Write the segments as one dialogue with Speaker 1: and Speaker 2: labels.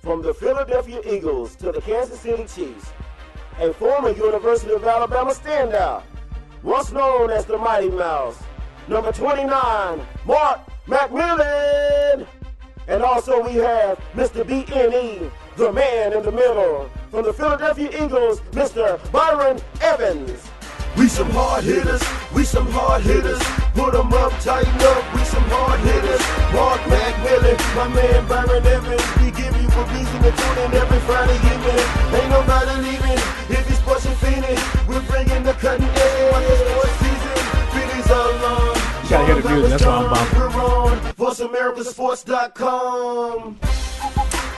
Speaker 1: From the Philadelphia Eagles to the Kansas City Chiefs, a former University of Alabama standout, once known as the Mighty Mouse, number 29, Mark McMillan. And also we have Mr. BNE, E, the man in the middle. From the Philadelphia Eagles, Mr. Byron Evans.
Speaker 2: We some hard hitters, we some hard hitters. Put 'em up, tighten up, we some hard hitters. Mark McMillan, my man Byron Evans. We give you a reason to tune in every Friday evening. Ain't nobody leaving if you're sports and fiending. We're bringing the cutting edge. Watch the sports season. Feelings are long. You
Speaker 3: gotta hear the music, that's why I'm bumping.
Speaker 2: We're on VoiceAmericaSports.com.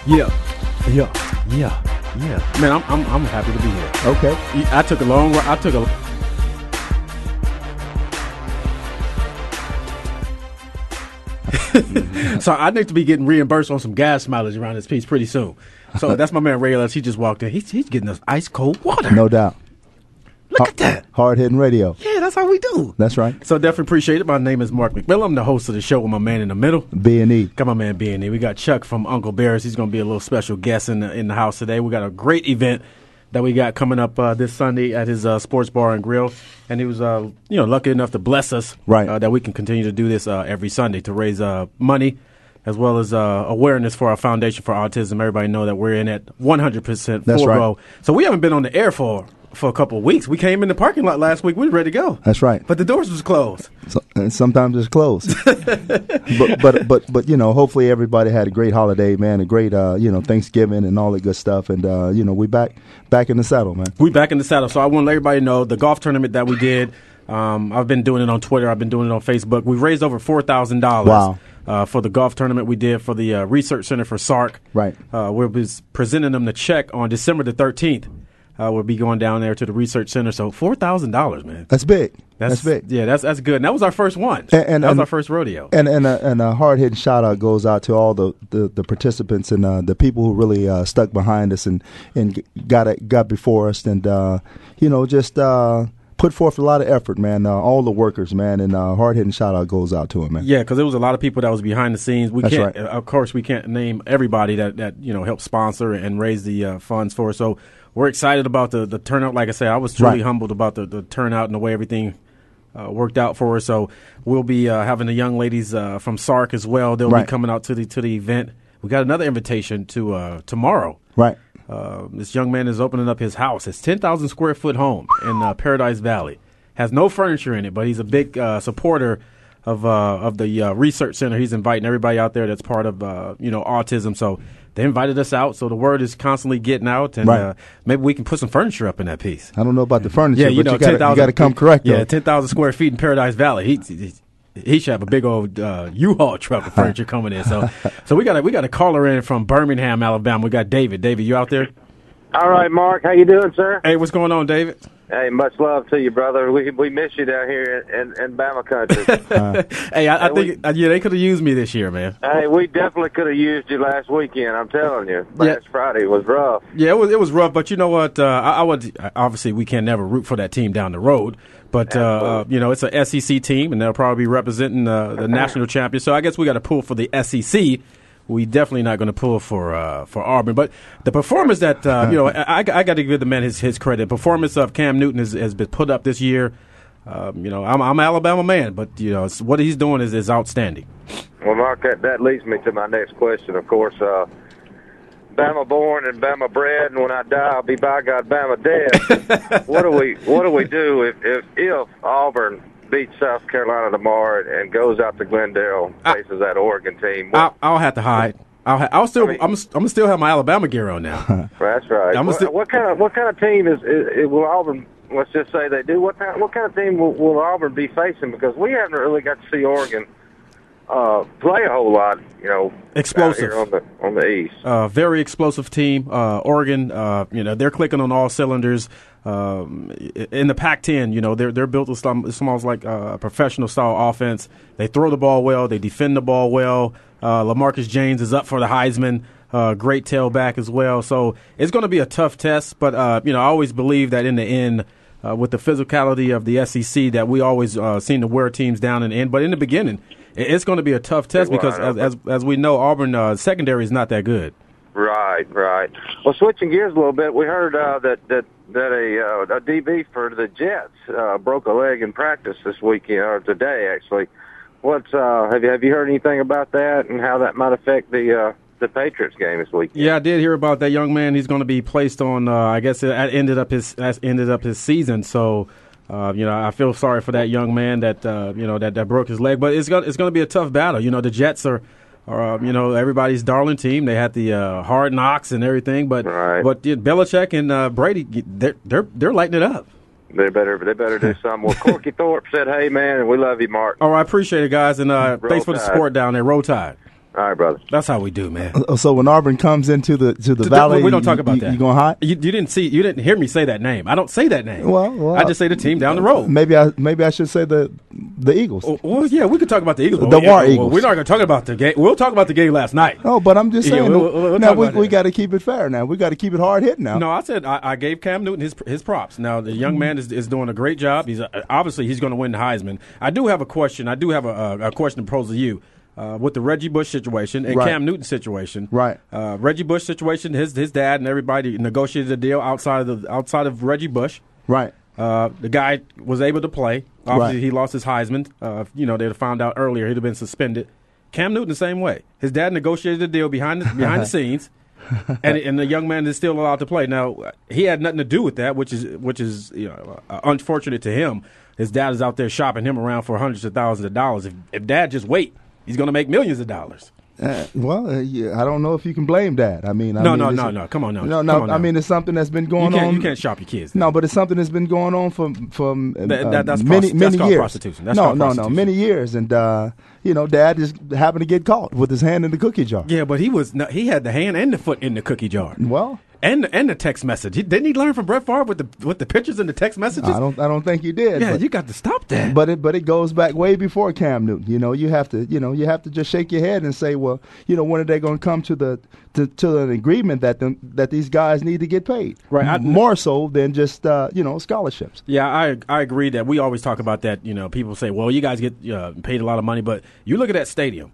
Speaker 3: Yeah, yeah, yeah, yeah. Man, I'm, I'm, I'm happy to be here.
Speaker 4: Okay.
Speaker 3: I took a long ride. I took a. so I need to be getting reimbursed on some gas mileage around this piece pretty soon. So that's my man Ray Ellis. He just walked in. He's, he's getting us ice cold water.
Speaker 4: No doubt.
Speaker 3: Look at that.
Speaker 4: Hard hitting radio.
Speaker 3: Yeah, that's how we do.
Speaker 4: That's right.
Speaker 3: So definitely appreciate it. My name is Mark McMillan. I'm the host of the show with my man in the middle.
Speaker 4: B and E.
Speaker 3: Got my man B and E. We got Chuck from Uncle Bears. He's going to be a little special guest in the, in the house today. We got a great event that we got coming up uh, this Sunday at his uh, sports bar and grill, and he was uh, you know lucky enough to bless us
Speaker 4: Right.
Speaker 3: uh, that we can continue to do this uh, every Sunday to raise uh, money. As well as uh, awareness for our foundation for autism, everybody know that we're in at 100 percent
Speaker 4: That's
Speaker 3: full
Speaker 4: right.
Speaker 3: go. So we haven't been on the air for for a couple of weeks. We came in the parking lot last week. We were ready to go.
Speaker 4: That's right.
Speaker 3: But the doors was closed.
Speaker 4: So, and sometimes it's closed. but but but but you know, hopefully everybody had a great holiday, man, a great uh, you know, Thanksgiving and all that good stuff and uh, you know, we back back in the saddle, man.
Speaker 3: We back in the saddle. So I want to let everybody know the golf tournament that we did. Um, I've been doing it on Twitter. I've been doing it on Facebook. We raised over four thousand
Speaker 4: Wow.
Speaker 3: dollars uh, for the golf tournament we did for the uh, Research Center for SARC.
Speaker 4: Right.
Speaker 3: Uh, we'll be presenting them the check on December the thirteenth. Uh, we'll be going down there to the Research Center. So four thousand dollars, man.
Speaker 4: That's big. That's, big.
Speaker 3: Yeah, that's that's good. And that was our first one.
Speaker 4: And- and-
Speaker 3: that was
Speaker 4: and-
Speaker 3: our first rodeo.
Speaker 4: And and a, and a hard hitting shout out goes out to all the, the, the participants and uh, the people who really uh, stuck behind us and and g- got it got before us and uh, you know just uh, put forth a lot of effort, man. Uh, all the workers, man, and uh, hard hitting shout out goes out to them, man.
Speaker 3: Yeah, because there was a lot of people that was behind the scenes. We
Speaker 4: That's
Speaker 3: can't,
Speaker 4: right.
Speaker 3: uh, of course, we can't name everybody that that you know helped sponsor and raise the uh, funds for. us. So we're excited about the the turnout. Like I said, I was truly
Speaker 4: Right.
Speaker 3: humbled about the, the turnout and the way everything. Uh, worked out for us, so we'll be uh, having the young ladies uh, from Sark as well. They'll
Speaker 4: Right.
Speaker 3: be coming out to the to the event. We got another invitation to uh, tomorrow.
Speaker 4: Right.
Speaker 3: Uh, this young man is opening up his house. His 10,000 square foot home in uh, Paradise Valley. Has no furniture in it, but he's a big uh, supporter of uh, of the uh, research center. He's inviting everybody out there that's part of uh, you know autism. So they invited us out. So the word is constantly getting out, and
Speaker 4: Right.
Speaker 3: uh, maybe we can put some furniture up in that piece.
Speaker 4: I don't know about the furniture,
Speaker 3: Yeah,
Speaker 4: but
Speaker 3: you know,
Speaker 4: you gotta,
Speaker 3: 10,000
Speaker 4: you gotta come correct.
Speaker 3: Yeah,
Speaker 4: though.
Speaker 3: 10,000 square feet in Paradise Valley. He, he, he should have a big old uh, U-Haul truck of furniture coming in. So, so we got a, we got a caller in from Birmingham, Alabama. We got David. David, you out there?
Speaker 5: All right, Mark. How you doing, sir?
Speaker 3: Hey, what's going on, David?
Speaker 5: Hey, much love to you, brother. We we miss you down here in in, in Bama country.
Speaker 3: Uh, Hey, I, I
Speaker 5: Hey,
Speaker 3: think uh, yeah, they could have used me this year, man.
Speaker 5: hey, we definitely could have used you last weekend. I'm telling you, last Friday was rough.
Speaker 3: Yeah, it was it was rough, but you know what? Uh, I, I would obviously we can never root for that team down the road, but uh, uh, you know it's a SEC team, and they'll probably be representing uh, the national champion. So I guess we got to pull for the SEC. We definitely not going to pull for uh, for Auburn, but the performance that uh, you know I, I got to give the man his his credit. Performance of Cam Newton has, has been put up this year. Um, you know I'm I'm an Alabama man, but you know it's, what he's doing is is outstanding.
Speaker 5: Well, Mark, that that leads me to my next question. Of course, uh, Bama born and Bama bred, and when I die, I'll be by God Bama dead. what do we What do we do if if, if Auburn beats South Carolina tomorrow and goes out to Glendale, faces that Oregon team?
Speaker 3: I'll, I'll have to hide. I'll, ha- I'll still
Speaker 5: I mean-
Speaker 3: I'm s- I'm gonna still have my Alabama gear on now.
Speaker 5: That's right.
Speaker 3: I'm
Speaker 5: What,
Speaker 3: still-
Speaker 5: what kind of what kind of team is, is, is will Auburn? Let's just say they do. What kind, what kind of team will, will Auburn be facing? Because we haven't really got to see Oregon uh, play a whole lot. You know, out
Speaker 3: Explosive.
Speaker 5: here on the on the east.
Speaker 3: uh, very explosive team. Uh, Oregon, uh, you know, they're clicking on all cylinders. Um, i- in the Pac-10, you know, they're they're built as some- it's almost like uh, a professional style offense. They throw the ball well. They defend the ball well. Uh, Lamarcus James is up for the Heisman. Uh, great tailback as well. So it's going to be a tough test, but uh, you know, I always believe that in the end. Uh, with the physicality of the SEC, that we always uh, seem to wear teams down in the end, but in the beginning, i- it's going to be a tough test
Speaker 5: Well,
Speaker 3: because,
Speaker 5: I know,
Speaker 3: as, as as we know, Auburn uh, secondary is not that good.
Speaker 5: Right, right. Well, switching gears a little bit, we heard uh, that that that a, uh, a DB for the Jets uh, broke a leg in practice this weekend or today actually. What's uh, have you have you heard anything about that and how that might affect the uh, the Patriots game this weekend?
Speaker 3: Yeah, I did hear about that young man. He's going to be placed on. Uh, I guess that ended up his that ended up his season. So, uh, you know, I feel sorry for that young man that uh, you know that, that broke his leg. But it's going it's going to be a tough battle. You know, the Jets are. are uh, you know everybody's darling team. They had the uh, hard knocks and everything, but
Speaker 5: Right.
Speaker 3: but yeah, Belichick and uh, Brady, they're they're they're lighting it up.
Speaker 5: They better they better do something. Well, Corky Thorpe said, "Hey man, and we love you, Mark."
Speaker 3: All right, Oh, I appreciate it, guys, and uh,
Speaker 5: Roll
Speaker 3: thanks for the
Speaker 5: Tide.
Speaker 3: support down there. Roll Tide.
Speaker 5: All right, brother.
Speaker 3: That's how we do, man.
Speaker 4: Uh, So when Auburn comes into the to the
Speaker 3: Th- th-
Speaker 4: valley,
Speaker 3: We don't talk
Speaker 4: you-
Speaker 3: about
Speaker 4: you,
Speaker 3: that.
Speaker 4: You going hot?
Speaker 3: You, you didn't see. You didn't hear me say that name. I don't say that name.
Speaker 4: Well, well,
Speaker 3: I just say the team down the road. Oh.
Speaker 4: Maybe I maybe I should say the the Eagles.
Speaker 3: Well, well, yeah, we could talk about the Eagles. but
Speaker 4: The
Speaker 3: we-
Speaker 4: War
Speaker 3: well,
Speaker 4: Eagles.
Speaker 3: We're not going to talk about the game. We'll talk about the game last night.
Speaker 4: Oh, but I'm just
Speaker 3: Yeah,
Speaker 4: saying.
Speaker 3: we'll- we'll- we'll
Speaker 4: now
Speaker 3: talk
Speaker 4: we,
Speaker 3: about
Speaker 4: we
Speaker 3: that.
Speaker 4: got to keep it fair. Now we got to keep it hard hit. Now
Speaker 3: No, I said I, I gave Cam Newton his his props. Now the
Speaker 4: Mm-hmm.
Speaker 3: young man is, is doing a great job. He's uh, obviously he's going to win the Heisman. I do have a question. I do have a, a, a question to pose to you uh, with the Reggie Bush situation and
Speaker 4: Right.
Speaker 3: Cam Newton situation.
Speaker 4: Right.
Speaker 3: Uh, Reggie Bush situation. His his dad and everybody negotiated a deal outside of the outside of Reggie Bush.
Speaker 4: right?
Speaker 3: Uh, the guy was able to play. Obviously,
Speaker 4: Right.
Speaker 3: he lost his Heisman. Uh, you know, they'd have found out earlier he'd have been suspended. Cam Newton, the same way. His dad negotiated a deal behind the, behind the scenes, and and the young man is still allowed to play. Now, he had nothing to do with that, which is which is you know uh, unfortunate to him. His dad is out there shopping him around for hundreds of thousands of dollars. If if dad just wait, he's going to make millions of dollars.
Speaker 4: Uh, well, uh, yeah, I don't know if you can blame that. I mean, I
Speaker 3: No,
Speaker 4: mean,
Speaker 3: no,
Speaker 4: it's-
Speaker 3: no, no. Come on now.
Speaker 4: no, no.
Speaker 3: Come on
Speaker 4: I
Speaker 3: now.
Speaker 4: mean, it's something that's been
Speaker 3: You
Speaker 4: going
Speaker 3: can't
Speaker 4: on.
Speaker 3: you can't shop your kids.
Speaker 4: No, but it's something that's been going on for for um,
Speaker 3: That-
Speaker 4: um,
Speaker 3: that- that's
Speaker 4: many
Speaker 3: prosti- that's
Speaker 4: many
Speaker 3: called
Speaker 4: years.
Speaker 3: prostitution. That's
Speaker 4: no,
Speaker 3: called
Speaker 4: no,
Speaker 3: prostitution.
Speaker 4: no, many years, and uh, you know, Dad just happened to get caught with his hand in the cookie jar.
Speaker 3: Yeah, but he was no, he had the hand and the foot in the cookie jar.
Speaker 4: Well,
Speaker 3: and and the text message. He- Didn't he learn from Brett Favre with the with the pictures and the text messages?
Speaker 4: I don't I don't think you did.
Speaker 3: yeah,
Speaker 4: but,
Speaker 3: you got to stop that.
Speaker 4: but it but it goes back way before Cam Newton. You know, you have to you know you have to just shake your head and say, well, you know, when are they going to come to the to, to an agreement that them, that these guys need to get paid?
Speaker 3: Right, I-
Speaker 4: more so than just uh, you know scholarships.
Speaker 3: yeah, I I agree that we always talk about that. You know, people say, "Well, you guys get uh, paid a lot of money," but you look at that stadium.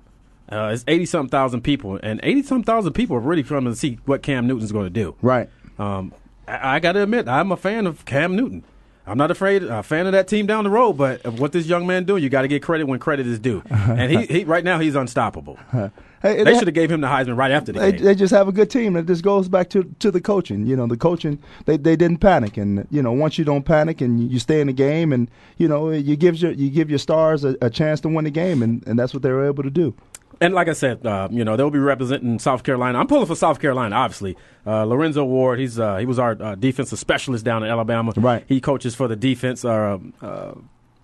Speaker 3: Uh, it's eighty some thousand people, and eighty some thousand people are really coming to see what Cam Newton's going to do.
Speaker 4: Right.
Speaker 3: Um, I, I got to admit, I'm a fan of Cam Newton. I'm not afraid, a fan of that team down the road, but of what this young man doing, you got to get credit when credit is due. and he, he right now he's unstoppable.
Speaker 4: Uh-huh. Hey,
Speaker 3: They
Speaker 4: that-
Speaker 3: should have gave him the Heisman right after the
Speaker 4: they,
Speaker 3: game.
Speaker 4: they just have a good team. It just goes back to, to the coaching. You know, the coaching they, they didn't panic, and you know, once you don't panic and you stay in the game, and you know, you gives your you give your stars a, a chance to win the game, and, and that's what they were able to do.
Speaker 3: And like I said, uh, you know they'll be representing South Carolina. I'm pulling for South Carolina, obviously. Uh, Lorenzo Ward, he's uh, he was our uh, defensive specialist down in Alabama.
Speaker 4: Right.
Speaker 3: He coaches for the defense. Uh, um, uh,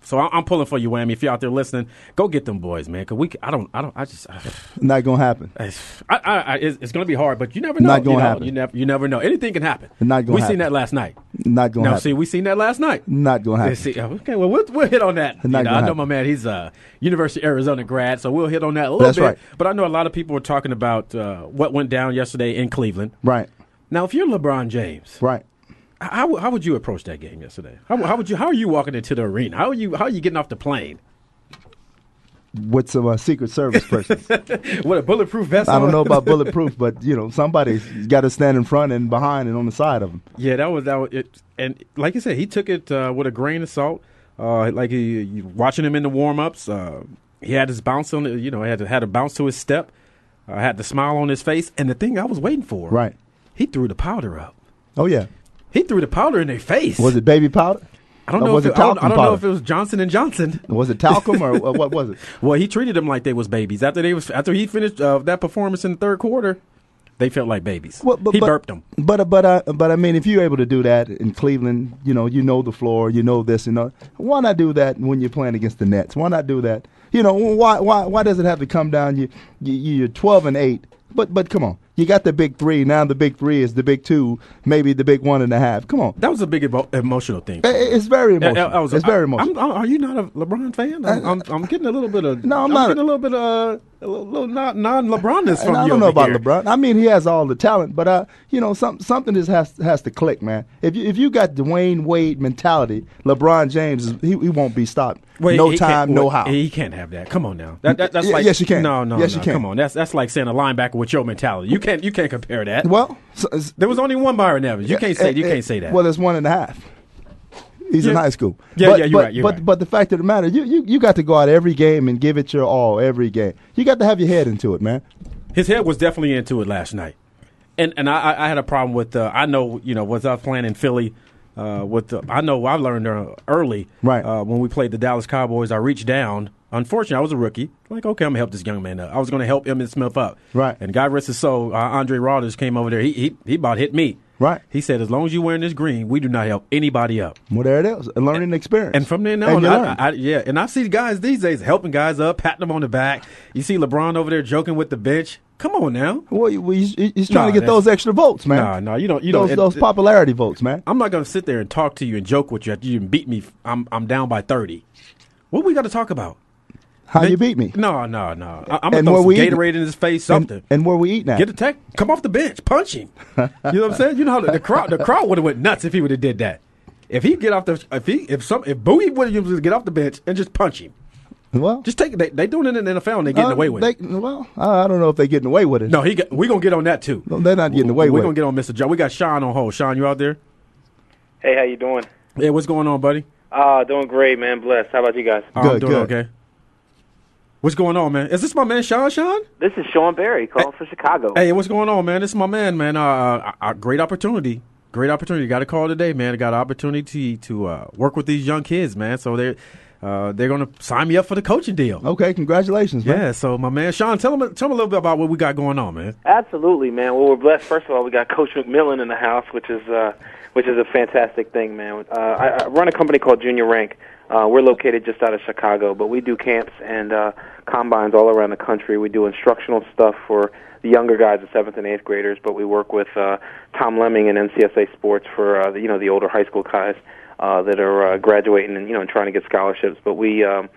Speaker 3: so I- I'm pulling for you, Whammy. If you're out there listening, go get them boys, man. Cause we, c- I don't, I don't, I just, I,
Speaker 4: Not gonna happen.
Speaker 3: I, I it's, it's going to be hard. But you never know.
Speaker 4: Not gonna
Speaker 3: you know,
Speaker 4: happen.
Speaker 3: You never, you never know. Anything can happen.
Speaker 4: Not gonna
Speaker 3: We seen
Speaker 4: happen.
Speaker 3: that last night.
Speaker 4: Not gonna
Speaker 3: Now
Speaker 4: happen.
Speaker 3: see, we seen that last night.
Speaker 4: Not gonna
Speaker 3: Yeah,
Speaker 4: happen.
Speaker 3: see, uh, okay, well, we'll, we'll hit on that. You
Speaker 4: Not
Speaker 3: know, I
Speaker 4: gonna
Speaker 3: know
Speaker 4: happen.
Speaker 3: my man; he's a University of Arizona grad, so we'll hit on that a little
Speaker 4: That's
Speaker 3: bit.
Speaker 4: right.
Speaker 3: But I know a lot of people were talking about uh, what went down yesterday in Cleveland.
Speaker 4: Right.
Speaker 3: Now, if you're LeBron James,
Speaker 4: Right.
Speaker 3: h- how, how would you approach that game yesterday? How, how would you? How are you walking into the arena? How are you? How are you getting off the plane?
Speaker 4: With some uh, Secret Service persons.
Speaker 3: What a bulletproof vest!
Speaker 4: I don't
Speaker 3: on?
Speaker 4: know about bulletproof, but you know, somebody's got to stand in front and behind and on the side of them.
Speaker 3: Yeah, that was that. Was, it and like you said, he took it uh, with a grain of salt. Uh, like he, you- watching him in the warm ups, uh, he had his bounce on. it, You know, had had a bounce to his step. Uh, had the smile on his face, and the thing I was waiting for,
Speaker 4: Right.
Speaker 3: He threw the powder up.
Speaker 4: Oh yeah.
Speaker 3: He threw the powder in their face.
Speaker 4: Was it baby powder?
Speaker 3: I don't
Speaker 4: Or
Speaker 3: know.
Speaker 4: Was
Speaker 3: if
Speaker 4: it,
Speaker 3: it, I don't, I
Speaker 4: talcum
Speaker 3: don't know if
Speaker 4: powder?
Speaker 3: it was Johnson and Johnson.
Speaker 4: was it talcum or uh, what was it?
Speaker 3: Well, he treated them like they was babies. After they was after he finished uh, that performance in the third quarter, they felt like babies.
Speaker 4: Well, but,
Speaker 3: he
Speaker 4: but,
Speaker 3: burped them.
Speaker 4: But uh, but uh, but I mean, if you're able to do that in Cleveland, uh, you know, you know the floor, you know this, you know. Why not do that when you're playing against the Nets? Why not do that? You know why? Why? Why does it have to come down? You, you you're 12 and eight. But but come on, you got the big three. Now the big three is the big two, maybe the big one and a half. Come on,
Speaker 3: That was a big emo- emotional thing.
Speaker 4: I- I- it's very emotional.
Speaker 3: I- I was-
Speaker 4: it's
Speaker 3: I-
Speaker 4: very
Speaker 3: I'm-
Speaker 4: emotional.
Speaker 3: I'm- are you not a LeBron fan? I'm, I'm, I'm getting a little bit of
Speaker 4: No, I'm not.
Speaker 3: Getting a little bit of a little, little non LeBronness from
Speaker 4: and I
Speaker 3: you
Speaker 4: don't know about
Speaker 3: over here.
Speaker 4: LeBron. I mean, he has all the talent, but uh, you know, some, something just has has to click, man. If you, if you got Dwayne Wade mentality, LeBron James, is- he, he won't be stopped.
Speaker 3: Well,
Speaker 4: no
Speaker 3: he can't-
Speaker 4: time, no
Speaker 3: well,
Speaker 4: how.
Speaker 3: He can't have that. Come on now. That, that, that's
Speaker 4: Y-
Speaker 3: like
Speaker 4: yes, you can.
Speaker 3: No, no,
Speaker 4: Yes,
Speaker 3: no.
Speaker 4: you can.
Speaker 3: Come on. That's that's like saying a linebacker with your mentality. You can't you can't compare that.
Speaker 4: well, so, it's-
Speaker 3: there was only one Byron Evans. You can't say you
Speaker 4: eh, eh,
Speaker 3: can't say that.
Speaker 4: Well, it's one and a half. He's in
Speaker 3: Yeah.
Speaker 4: high school.
Speaker 3: Yeah,
Speaker 4: but,
Speaker 3: yeah, you're
Speaker 4: but,
Speaker 3: right, you're
Speaker 4: but,
Speaker 3: right.
Speaker 4: but the fact of the matter, you, you you got to go out every game and give it your all every game. You got to have your head into it, man.
Speaker 3: His head was definitely into it last night, and and I, I- I had a problem with. Uh, I know you know was I was playing in Philly. Uh, with the, I know I learned uh, early
Speaker 4: Right.
Speaker 3: uh, when we played the Dallas Cowboys. I reached down. Unfortunately, I was a rookie. Like, okay, I'm gonna help this young man up. I was gonna help Emmitt Smith up.
Speaker 4: Right.
Speaker 3: And God rest his soul, uh, Andre Rodgers came over there. He, he he about hit me.
Speaker 4: Right.
Speaker 3: He said, as long as you're wearing this green, we do not help anybody up.
Speaker 4: Well, there it is, a learning experience.
Speaker 3: And from then
Speaker 4: And
Speaker 3: on,
Speaker 4: you
Speaker 3: I,
Speaker 4: learn.
Speaker 3: I, I- yeah, and I see guys these days helping guys up, patting them on the back. You see LeBron over there joking with the bench. Come on now.
Speaker 4: Well, you- well, he's, he's trying
Speaker 3: Nah,
Speaker 4: to get
Speaker 3: that's-
Speaker 4: those extra votes, man.
Speaker 3: Nah, nah, you don't- you don't-
Speaker 4: those,
Speaker 3: it-
Speaker 4: those
Speaker 3: it-
Speaker 4: popularity votes, man.
Speaker 3: I'm not going to sit there and talk to you and joke with you after you beat me. I'm I'm down by thirty. What we got to talk about?
Speaker 4: How you beat me?
Speaker 3: No, no, no. I, I'm gonna
Speaker 4: And
Speaker 3: throw
Speaker 4: where
Speaker 3: some
Speaker 4: we eating-
Speaker 3: Gatorade in his face.
Speaker 4: And,
Speaker 3: Something.
Speaker 4: and where we eating at?
Speaker 3: Get a tech. Come off the bench. Punch him. You know what I'm saying? You know how the, the crowd the crowd would have went nuts if he would have did that. If he get off the if he if some if Bowie Williams would get off the bench and just punch him.
Speaker 4: well,
Speaker 3: Just take they they doing it in the NFL and they getting
Speaker 4: uh,
Speaker 3: away with
Speaker 4: they,
Speaker 3: it.
Speaker 4: Well, I, I don't know if they're getting away with it.
Speaker 3: No, he got, we gonna get on that too.
Speaker 4: No, they're not getting away
Speaker 3: We're
Speaker 4: with
Speaker 3: gonna
Speaker 4: it.
Speaker 3: get on Mr. John. We got Sean on hold. Sean, you out there?
Speaker 6: Hey, how you doing?
Speaker 3: Hey, what's going on, buddy?
Speaker 6: Uh, doing great, man. Blessed. How about you guys?
Speaker 3: Oh, I'm
Speaker 4: Good,
Speaker 3: doing
Speaker 4: good.
Speaker 3: okay. What's going on, man? Is this my man Sean Sean?
Speaker 6: This is Sean Barry calling for Chicago.
Speaker 3: Hey, what's going on, man? This is my man, man. Uh, Uh, uh, great opportunity. Great opportunity. Got a call today, man. I got an opportunity to uh, work with these young kids, man. So they're uh, they're gonna sign me up for the coaching deal.
Speaker 4: Okay, congratulations, man.
Speaker 3: Yeah, so my man Sean, tell him tell him a little bit about what we got going on, man.
Speaker 6: Absolutely, man. Well, we're blessed. First of all, we got Coach McMillan in the house, which is uh, which is a fantastic thing, man. Uh, I, I run a company called Junior Rank. Uh, we're located just out of Chicago, but we do camps and uh, combines all around the country. We do instructional stuff for the younger guys, the seventh and eighth graders, but we work with uh, Tom Lemming and NCSA Sports for uh, the, you know the older high school guys uh, that are uh, graduating and you know and trying to get scholarships. But we um,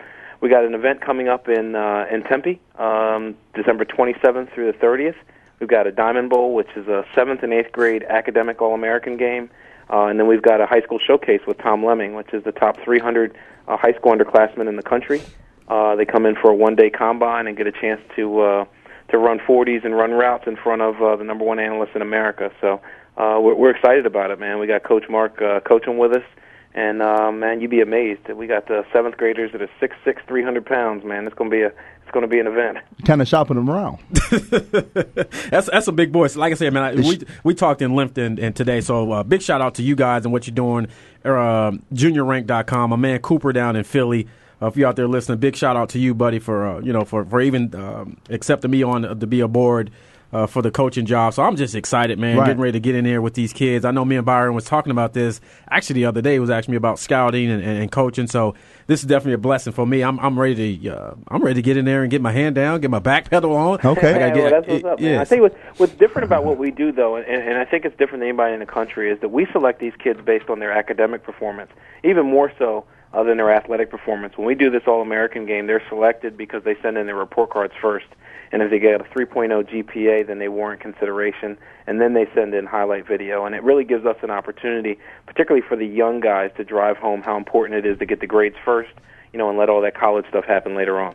Speaker 6: we got an event coming up in uh, in Tempe, um, December 27th through the 30th. We've got a Diamond Bowl, which is a seventh and eighth grade academic All American game, uh, and then we've got a high school showcase with Tom Lemming, which is the top 300 uh, high school underclassmen in the country. Uh, they come in for a one day combine and get a chance to uh, to run 40s and run routes in front of uh, the number one analyst in America. So uh, we're, we're excited about it, man. We got Coach Mark uh, coaching with us. And uh, man, you'd be amazed. We got the seventh graders that are six six, three hundred pounds. Man, it's gonna be a it's gonna be an event.
Speaker 4: Kind of shopping them around.
Speaker 3: That's that's a big voice. Like I said, man, I, we we talked in length and, and today. So uh, big shout out to you guys and what you're doing. Uh, JuniorRank.com. My man Cooper down in Philly. Uh, if you're out there listening, big shout out to you, buddy, for uh, you know for for even um, accepting me on uh, to be aboard. Uh, for the coaching job, so I'm just excited, man.
Speaker 4: Right.
Speaker 3: Getting ready to get in there with these kids. I know me and Byron was talking about this actually the other day. He was asking me about scouting and, and, and coaching. So this is definitely a blessing for me. I'm I'm ready to uh, I'm ready to get in there and get my hand down, get my back pedal on.
Speaker 4: Okay.
Speaker 3: I gotta
Speaker 6: Yeah,
Speaker 3: get-
Speaker 6: well, that's what's
Speaker 3: it-
Speaker 6: up, man. I
Speaker 3: yes.
Speaker 6: think what, what's different about what we do, though, and, and I think it's different than anybody in the country, is that we select these kids based on their academic performance, even more so uh, than their athletic performance. When we do this All American game, they're selected because they send in their report cards first, and if they get a 3.0 GPA, then they warrant consideration, and then they send in highlight video, and it really gives us an opportunity, particularly for the young guys, to drive home how important it is to get the grades first, you know, and let all that college stuff happen later on.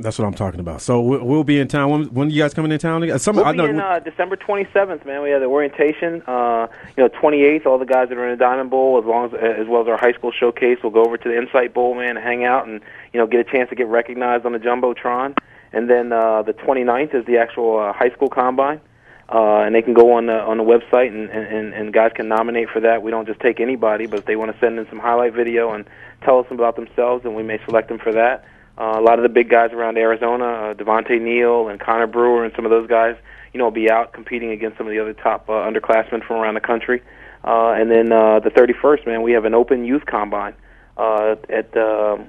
Speaker 3: That's what I'm talking about. So we- we'll be in town. When, when you guys coming in town? again? Some,
Speaker 6: We'll
Speaker 3: I
Speaker 6: be
Speaker 3: know,
Speaker 6: in uh, December 27th, man. We have the orientation. Uh, you know, 28th, all the guys that are in the Diamond Bowl, as long as as well as our high school showcase, will go over to the Insight Bowl, man, and hang out and you know get a chance to get recognized on the jumbotron. And then uh, the 29th is the actual uh, high school combine, uh, and they can go on the on the website and, and- and and guys can nominate for that. We don't just take anybody, but if they want to send in some highlight video and tell us about themselves, then we may select them for that. Uh, a lot of the big guys around Arizona, uh, Devontae Neal and Connor Brewer, and some of those guys, you know, will be out competing against some of the other top uh, underclassmen from around the country. Uh, and then uh, the 31st, man, we have an open youth combine uh, at um,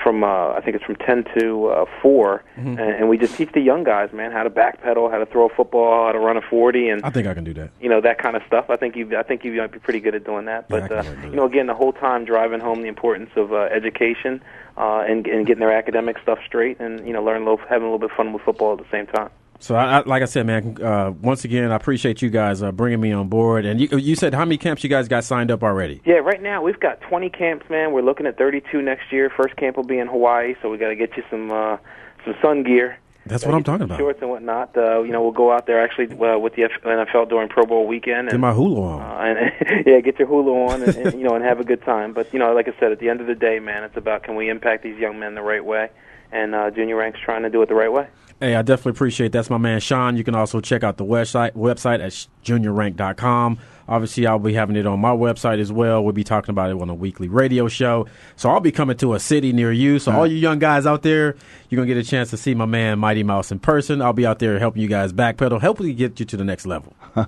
Speaker 6: from uh, I think it's from ten to uh, 4 and,
Speaker 3: Mm-hmm.
Speaker 6: and we just teach the young guys, man, how to backpedal, how to throw a football, how to run a forty, and
Speaker 3: I think I can do that.
Speaker 6: you know that kind of stuff. I think you I think you might be pretty good at doing that.
Speaker 3: Yeah, I
Speaker 6: But
Speaker 3: can
Speaker 6: uh,
Speaker 3: do that.
Speaker 6: you know, again, the whole time driving home the importance of uh, education uh, and and getting their academic stuff straight, and you know, learn a little, having a little bit of fun with football at the same time.
Speaker 3: So, I, I, like I said, man, uh, once again, I appreciate you guys uh, bringing me on board. And you, you said how many camps you guys got signed up already?
Speaker 6: Yeah, right now we've got 20 camps, man. We're looking at 32 next year. First camp will be in Hawaii, so we got to get you some uh, some sun gear.
Speaker 3: That's
Speaker 6: Gotta
Speaker 3: what
Speaker 6: get
Speaker 3: I'm
Speaker 6: you
Speaker 3: talking
Speaker 6: some
Speaker 3: about.
Speaker 6: Shorts and whatnot. Uh, you know, we'll go out there actually uh, with the F- NFL during Pro Bowl weekend.
Speaker 3: Get
Speaker 6: And,
Speaker 3: my hula on.
Speaker 6: uh, and yeah, get your hula on and, and you know and have a good time. But you know, like I said, at the end of the day, man, it's about can we impact these young men the right way, and uh, Junior Rank's trying to do it the right way.
Speaker 3: Hey, I definitely appreciate that's my man Sean. You can also check out the website website at juniorrank.com. Obviously, I'll be having it on my website as well. We'll be talking about it on a weekly radio show. So I'll be coming to a city near you. So all you young guys out there, you're gonna get a chance to see my man Mighty Mouse in person. I'll be out there helping you guys backpedal, hopefully get you to the next level.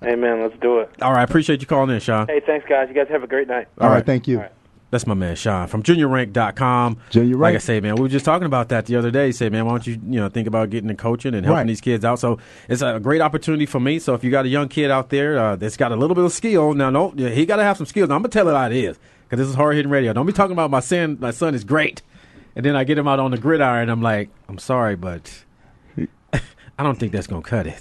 Speaker 6: Hey, man, let's do it.
Speaker 3: All right, I appreciate you calling in, Sean.
Speaker 6: Hey, thanks, guys. You guys have a great night.
Speaker 4: All right,
Speaker 3: Uh-huh. right.
Speaker 4: thank you.
Speaker 3: That's my man Sean from JuniorRank.com.
Speaker 4: Junior
Speaker 3: Like I
Speaker 4: Rank.
Speaker 3: say, man, we were just talking about that the other day. Say, man, why don't you you know think about getting the coaching and helping
Speaker 4: Right.
Speaker 3: these kids out? So it's a great opportunity for me. So if you got a young kid out there uh, that's got a little bit of skill, now don't yeah, he got to have some skills. Now, I'm gonna tell it how it is because this is hard hitting radio. Don't be talking about my son. My son is great, and then I get him out on the gridiron. I'm like, I'm sorry, but I don't think that's gonna cut it.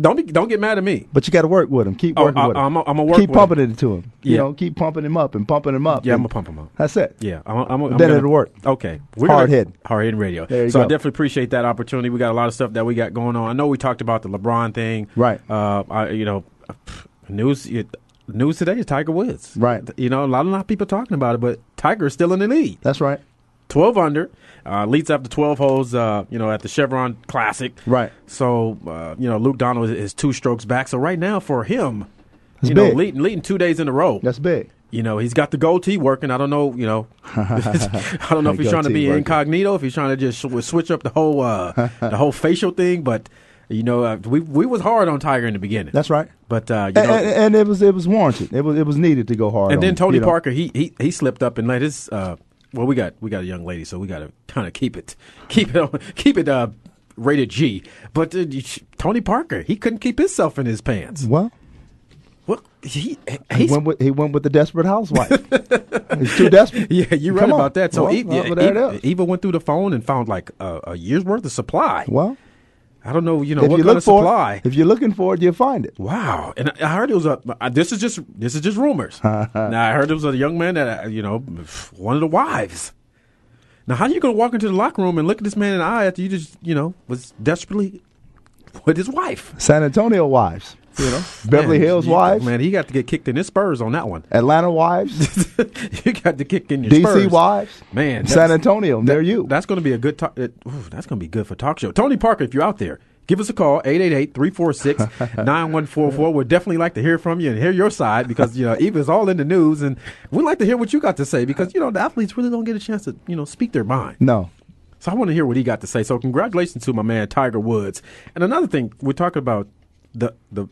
Speaker 3: Don't be, don't get mad at me.
Speaker 4: But you got to work with him. Keep
Speaker 3: Oh,
Speaker 4: working
Speaker 3: I-
Speaker 4: with him.
Speaker 3: I'm a- I'm a work
Speaker 4: Keep
Speaker 3: with
Speaker 4: pumping it to him. You
Speaker 3: Yeah.
Speaker 4: know, keep pumping him up and pumping him up.
Speaker 3: Yeah, I'm
Speaker 4: and
Speaker 3: gonna pump him up.
Speaker 4: That's it.
Speaker 3: Yeah, I'm, I'm, I'm
Speaker 4: Then
Speaker 3: gonna-
Speaker 4: it'll work.
Speaker 3: Okay,
Speaker 4: Hard
Speaker 3: gonna-
Speaker 4: hit.
Speaker 3: hard hit radio.
Speaker 4: There you
Speaker 3: so I
Speaker 4: go.
Speaker 3: definitely appreciate that opportunity. We got a lot of stuff that we got going on. I know we talked about the LeBron thing,
Speaker 4: Right.
Speaker 3: Uh, I, you know, pff, news it, news today is Tiger Woods,
Speaker 4: Right.
Speaker 3: You know, a lot, a lot of people talking about it, but Tiger's still in the lead.
Speaker 4: That's right.
Speaker 3: 12 under, uh, leads after 12 holes, uh, you know, at the Chevron Classic.
Speaker 4: Right.
Speaker 3: So, uh, you know, Luke Donald is, is two strokes back. So right now for him,
Speaker 4: That's
Speaker 3: you
Speaker 4: big.
Speaker 3: know, leading, leading two days in a row.
Speaker 4: That's big.
Speaker 3: You know, he's got the goatee working. I don't know, you know, I don't know if he's trying to
Speaker 4: Goatee
Speaker 3: be
Speaker 4: working.
Speaker 3: incognito, if he's trying to just sw- switch up the whole uh, the whole facial thing. But you know, uh, we we was hard on Tiger in the beginning.
Speaker 4: That's right.
Speaker 3: But uh, you
Speaker 4: And,
Speaker 3: know,
Speaker 4: and, and it was it was warranted. It was it was needed to go hard.
Speaker 3: and
Speaker 4: on
Speaker 3: then
Speaker 4: him,
Speaker 3: Tony
Speaker 4: you know.
Speaker 3: Parker, he, he he slipped up and let his. Uh, well, we got we got a young lady, so we got to kind of keep it keep it on, keep it uh, rated G. But uh, you- Tony Parker, he couldn't keep himself in his pants.
Speaker 4: Well,
Speaker 3: What he
Speaker 4: he
Speaker 3: he's,
Speaker 4: went with he went with the desperate housewife. He's too desperate.
Speaker 3: yeah, you're right
Speaker 4: Come on.
Speaker 3: about that. So
Speaker 4: well,
Speaker 3: Eve,
Speaker 4: well,
Speaker 3: yeah,
Speaker 4: there it
Speaker 3: Eve-
Speaker 4: is.
Speaker 3: Eva went through the phone and found like a, a year's worth of supply.
Speaker 4: Well,
Speaker 3: I don't know, you know,
Speaker 4: if
Speaker 3: what
Speaker 4: you
Speaker 3: kind
Speaker 4: look
Speaker 3: of
Speaker 4: for
Speaker 3: supply.
Speaker 4: it, if you're looking for it, you'll find it.
Speaker 3: Wow, and I I heard it was a. I- This is just this is just rumors. now I heard it was a young man that uh, you know, one of the wives. Now how you gonna walk into the locker room and look at this man in the eye after you just you know was desperately with his wife,
Speaker 4: San Antonio wives, you know, Beverly
Speaker 3: Man,
Speaker 4: Hills
Speaker 3: you-
Speaker 4: wives,
Speaker 3: Man, he got to get kicked in his spurs on that one.
Speaker 4: Atlanta wives,
Speaker 3: you got to kick in your
Speaker 4: DC
Speaker 3: spurs.
Speaker 4: wives,
Speaker 3: Man,
Speaker 4: San
Speaker 3: that's-
Speaker 4: Antonio near you.
Speaker 3: That's going to be a good talk. it- ooh, that's going to be good for talk show. Tony Parker, if you're out there, give us a call 888-346-9144. We'd definitely like to hear from you and hear your side because you know Eva's all in the news and we'd like to hear what you got to say because you know the athletes really don't get a chance to you know speak their mind.
Speaker 4: No,
Speaker 3: So I want to hear what he got to say. So congratulations to my man Tiger Woods. And another thing we're talking about the the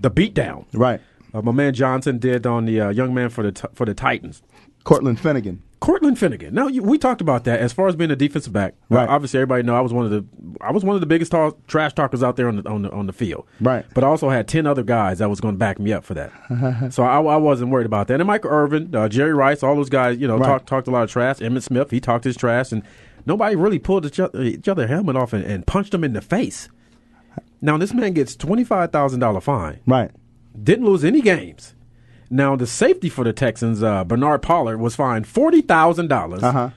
Speaker 3: the beatdown.
Speaker 4: Right.
Speaker 3: Uh, my man Johnson did on the uh, young man for the t- for the Titans.
Speaker 4: Cortland Finnegan.
Speaker 3: Cortland Finnegan. Now you, we talked about that as far as being a defensive back.
Speaker 4: Right.
Speaker 3: Uh, obviously, everybody know I was one of the I was one of the biggest talk, trash talkers out there on the, on the on the field.
Speaker 4: Right.
Speaker 3: But I also had ten other guys that was going to back me up for that. so I, I wasn't worried about that. And Michael Irvin, uh, Jerry Rice, all those guys, you know,
Speaker 4: Right.
Speaker 3: talked talked a lot of trash. Emmett Smith, he talked his trash, and nobody really pulled each other, each other helmet off and, and punched them in the face. Now this man gets twenty five thousand dollar fine
Speaker 4: Right.
Speaker 3: didn't lose any games. Now the safety for the Texans, uh, Bernard Pollard, was fined forty
Speaker 4: Uh-huh.
Speaker 3: dollars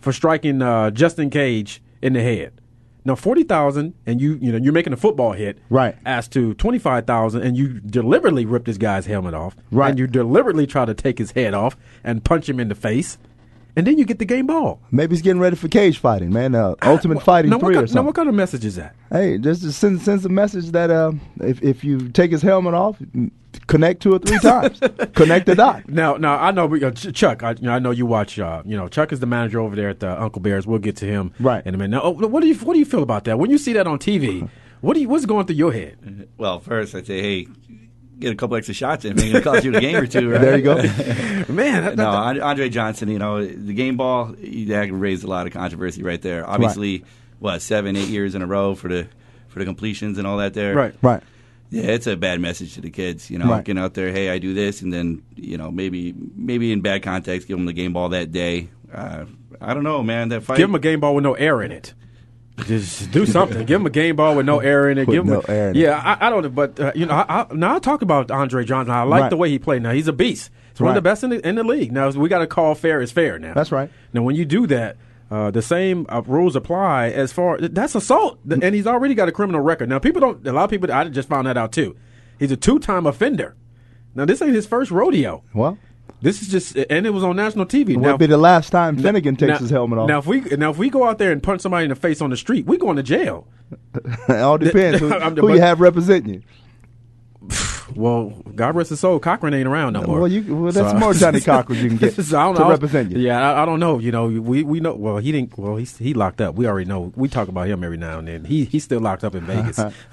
Speaker 3: for striking uh, Justin Cage in the head. Now forty thousand, and you you know you're making a football hit,
Speaker 4: Right.
Speaker 3: As to twenty five thousand, and you deliberately ripped this guy's helmet off,
Speaker 4: Right.
Speaker 3: And you deliberately try to take his head off and punch him in the face, and then you get the game ball.
Speaker 4: Maybe he's getting ready for cage fighting, man. Uh, Ultimate Fighting
Speaker 3: now, Ah, what
Speaker 4: Three
Speaker 3: kind,
Speaker 4: or
Speaker 3: now
Speaker 4: something.
Speaker 3: what kind of message is that?
Speaker 4: Hey, just to send sends a message that uh, if if you take his helmet off, m- connect two or three times, connect the dot.
Speaker 3: Now, now I know uh, Ch- Chuck. I, you know, I know you watch. Uh, you know, Chuck is the manager over there at the Uncle Bears. We'll get to him
Speaker 4: Right.
Speaker 3: in a minute. Now, oh, what do you what do you feel about that? When you see that on TV, what do you what's going through your head?
Speaker 7: Well, first I say, hey, get a couple extra shots in, maybe it cost you a game or two. Right?
Speaker 4: There you go.
Speaker 3: Man, that-
Speaker 7: no,
Speaker 3: that-
Speaker 7: Andre- Andre Johnson. You know, the game ball that raised a lot of controversy right there. Obviously, what seven, eight years in a row for the for the completions and all that there.
Speaker 3: Right.
Speaker 4: Right.
Speaker 7: Yeah, it's a bad message to the kids. You know,
Speaker 4: Right.
Speaker 7: getting out there, hey, I do this, and then you know maybe maybe in bad context, give them the game ball that day. Uh, I don't know, man. That fight.
Speaker 3: Give him a game ball with no air in it. Just do something. Give him a game ball with no air in it.
Speaker 4: With
Speaker 3: Give him
Speaker 4: no
Speaker 3: a,
Speaker 4: air in it.
Speaker 3: yeah, I, I don't. But uh, you know, I, I, now I talk about Andre Johnson. I like
Speaker 4: Right.
Speaker 3: the way he played. Now he's a beast. He's one of the
Speaker 4: Right.
Speaker 3: best in the, in the league. Now we got to call fair is fair. Now
Speaker 4: That's right.
Speaker 3: Now when you do that, uh, the same uh, rules apply as far that's assault, Th- and he's already got a criminal record. Now people don't. A lot of people. I just found that out too. He's a two time offender. Now this ain't his first rodeo.
Speaker 4: Well,
Speaker 3: This is just, and it was on national TV.
Speaker 4: it
Speaker 3: Now-
Speaker 4: would be the last time Finnegan takes
Speaker 3: now-
Speaker 4: his helmet off.
Speaker 3: Now if we now if we go out there and punch somebody in the face on the street, we going to jail.
Speaker 4: it all depends who,
Speaker 3: I'm the
Speaker 4: who
Speaker 3: bu-
Speaker 4: you have representing you.
Speaker 3: Well, God rest his soul, Cochran ain't around no more.
Speaker 4: Well, you, well that's
Speaker 3: So-
Speaker 4: more Johnny Cochran you can get
Speaker 3: So I don't
Speaker 4: to
Speaker 3: know.
Speaker 4: represent you.
Speaker 3: Yeah, I, I don't know. You know, we we know. Well, he didn't. Well, he's he locked up. We already know. We talk about him every now and then. He he's still locked up in Vegas.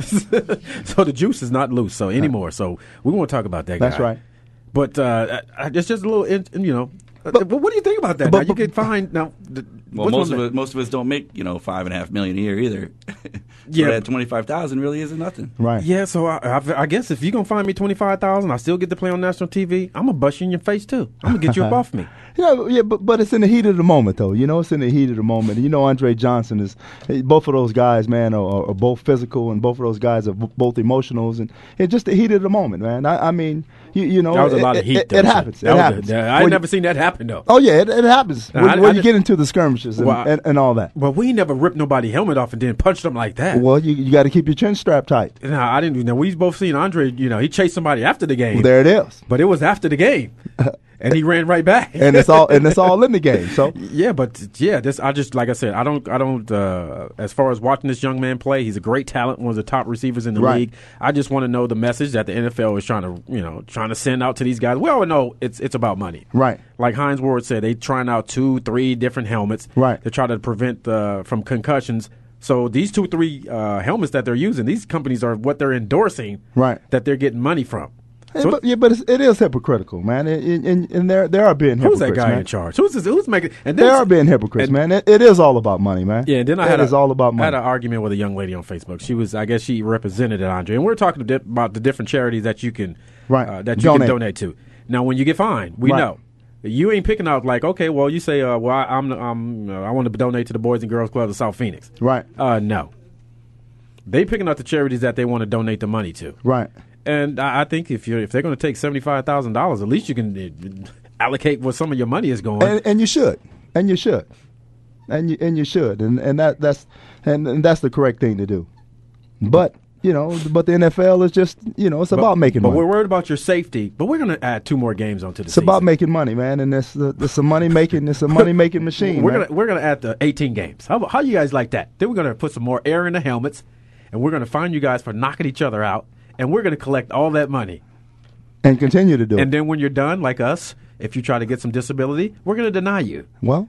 Speaker 3: so the juice is not loose so anymore. So we won't talk about that.
Speaker 4: That's
Speaker 3: guy.
Speaker 4: right.
Speaker 3: But uh, I- I- it's just a little. in- You know. uh, what do you think about that?
Speaker 4: but-
Speaker 3: now, you
Speaker 4: but-
Speaker 3: can find now. th-
Speaker 7: Well, most
Speaker 3: what's my
Speaker 7: of
Speaker 3: name?
Speaker 7: us, most of us don't make you know five and a half million a year either. so
Speaker 3: Yeah.
Speaker 7: that twenty five thousand really isn't nothing.
Speaker 4: Right.
Speaker 3: Yeah, so I, I, I guess if you're gonna find me twenty five thousand, I still get to play on national TV. I'm gonna bust you in your face too. I'm gonna get you up off me.
Speaker 4: Yeah, but- yeah, but but it's in the heat of the moment, though. You know, it's in the heat of the moment. You know, Andre Johnson is eh, both of those guys, man, are, are both physical, and both of those guys are b- both emotionals, and it's just the heat of the moment, man. I, I mean, you, you know,
Speaker 3: That was a
Speaker 4: it-
Speaker 3: lot of
Speaker 4: it-
Speaker 3: heat.
Speaker 4: It,
Speaker 3: though,
Speaker 4: it
Speaker 3: too.
Speaker 4: happens.
Speaker 3: That
Speaker 4: it
Speaker 3: was a-
Speaker 4: happens.
Speaker 3: yeah, I
Speaker 4: When
Speaker 3: ain't
Speaker 4: you-
Speaker 3: never seen that happen though.
Speaker 4: Oh yeah, it, it happens.
Speaker 3: Nah,
Speaker 4: when
Speaker 3: I-
Speaker 4: when
Speaker 3: I
Speaker 4: you
Speaker 3: did-
Speaker 4: get into the skirmishes and,
Speaker 3: Well, I-
Speaker 4: and, and all that.
Speaker 3: Well, we never ripped nobody helmet off and then punched them like that.
Speaker 4: Well, you, you got to keep your chin strapped tight.
Speaker 3: No, I didn't. Now we both seen Andre. You know, he chased somebody after the game,
Speaker 4: Well, there it is,
Speaker 3: but it was after the game, and he ran right back.
Speaker 4: and it's all and it's all in the game. So
Speaker 3: Yeah, but yeah, this I just like I said, I don't, I don't. Uh, as far as watching this young man play, he's a great talent, one of the top receivers in the
Speaker 4: Right.
Speaker 3: league. I just want to know the message that the NFL is trying to, you know, trying to send out to these guys. We all know it's it's about money,
Speaker 4: Right.
Speaker 3: Like Heinz Ward said, they trying out two, three different helmets,
Speaker 4: Right.
Speaker 3: to try to prevent uh, from concussions. So these two, three uh, helmets that they're using, these companies are what they're endorsing,
Speaker 4: Right.
Speaker 3: That they're getting money from.
Speaker 4: Yeah,
Speaker 3: So
Speaker 4: but, yeah, but it's, it is hypocritical, man. And- And, and, and there, there are being
Speaker 3: who's
Speaker 4: hypocrites.
Speaker 3: that guy
Speaker 4: man.
Speaker 3: in charge? Who's this, who's making? And
Speaker 4: They
Speaker 3: this-
Speaker 4: are being hypocrites,
Speaker 3: and-
Speaker 4: man. It, it is all about money, man.
Speaker 3: Yeah, and then I
Speaker 4: It
Speaker 3: had
Speaker 4: is
Speaker 3: a,
Speaker 4: all about
Speaker 3: I had an
Speaker 4: money.
Speaker 3: argument with a young lady on Facebook. She was, I guess, she represented it, Andre, and we are talking di- about the different charities that you can,
Speaker 4: Right.
Speaker 3: uh, that you
Speaker 4: Donate.
Speaker 3: can donate to. Now, when you get fined, we
Speaker 4: Right.
Speaker 3: know you ain't picking out like, okay, well, you say, uh, well, I, I'm, I'm, uh, I want to donate to the Boys and Girls Club of South Phoenix,
Speaker 4: Right.
Speaker 3: Uh, no, they picking out the charities that they want to donate the money to,
Speaker 4: Right.
Speaker 3: and I, I think if you are if they're going to take seventy five thousand dollars, at least you can uh, allocate where some of your money is going.
Speaker 4: And, and you should. And you should. And you and you should. And and that that's and, and that's the correct thing to do. But you know, but the NFL is just you know, it's about making
Speaker 3: but
Speaker 4: money.
Speaker 3: we're worried about your safety. But we're going to add two more games onto the
Speaker 4: it's about
Speaker 3: season.
Speaker 4: making money, man. And it's a, it's a money making it's a money making machine.
Speaker 3: We're
Speaker 4: man.
Speaker 3: gonna we're gonna add the 18 games. How how you guys like that? Then we're gonna put some more air in the helmets, and we're gonna find you guys for knocking each other out, and we're gonna collect all that money.
Speaker 4: and continue to do
Speaker 3: And
Speaker 4: it.
Speaker 3: then when you're done, like us, if you try to get some disability, we're gonna deny you.
Speaker 4: Well,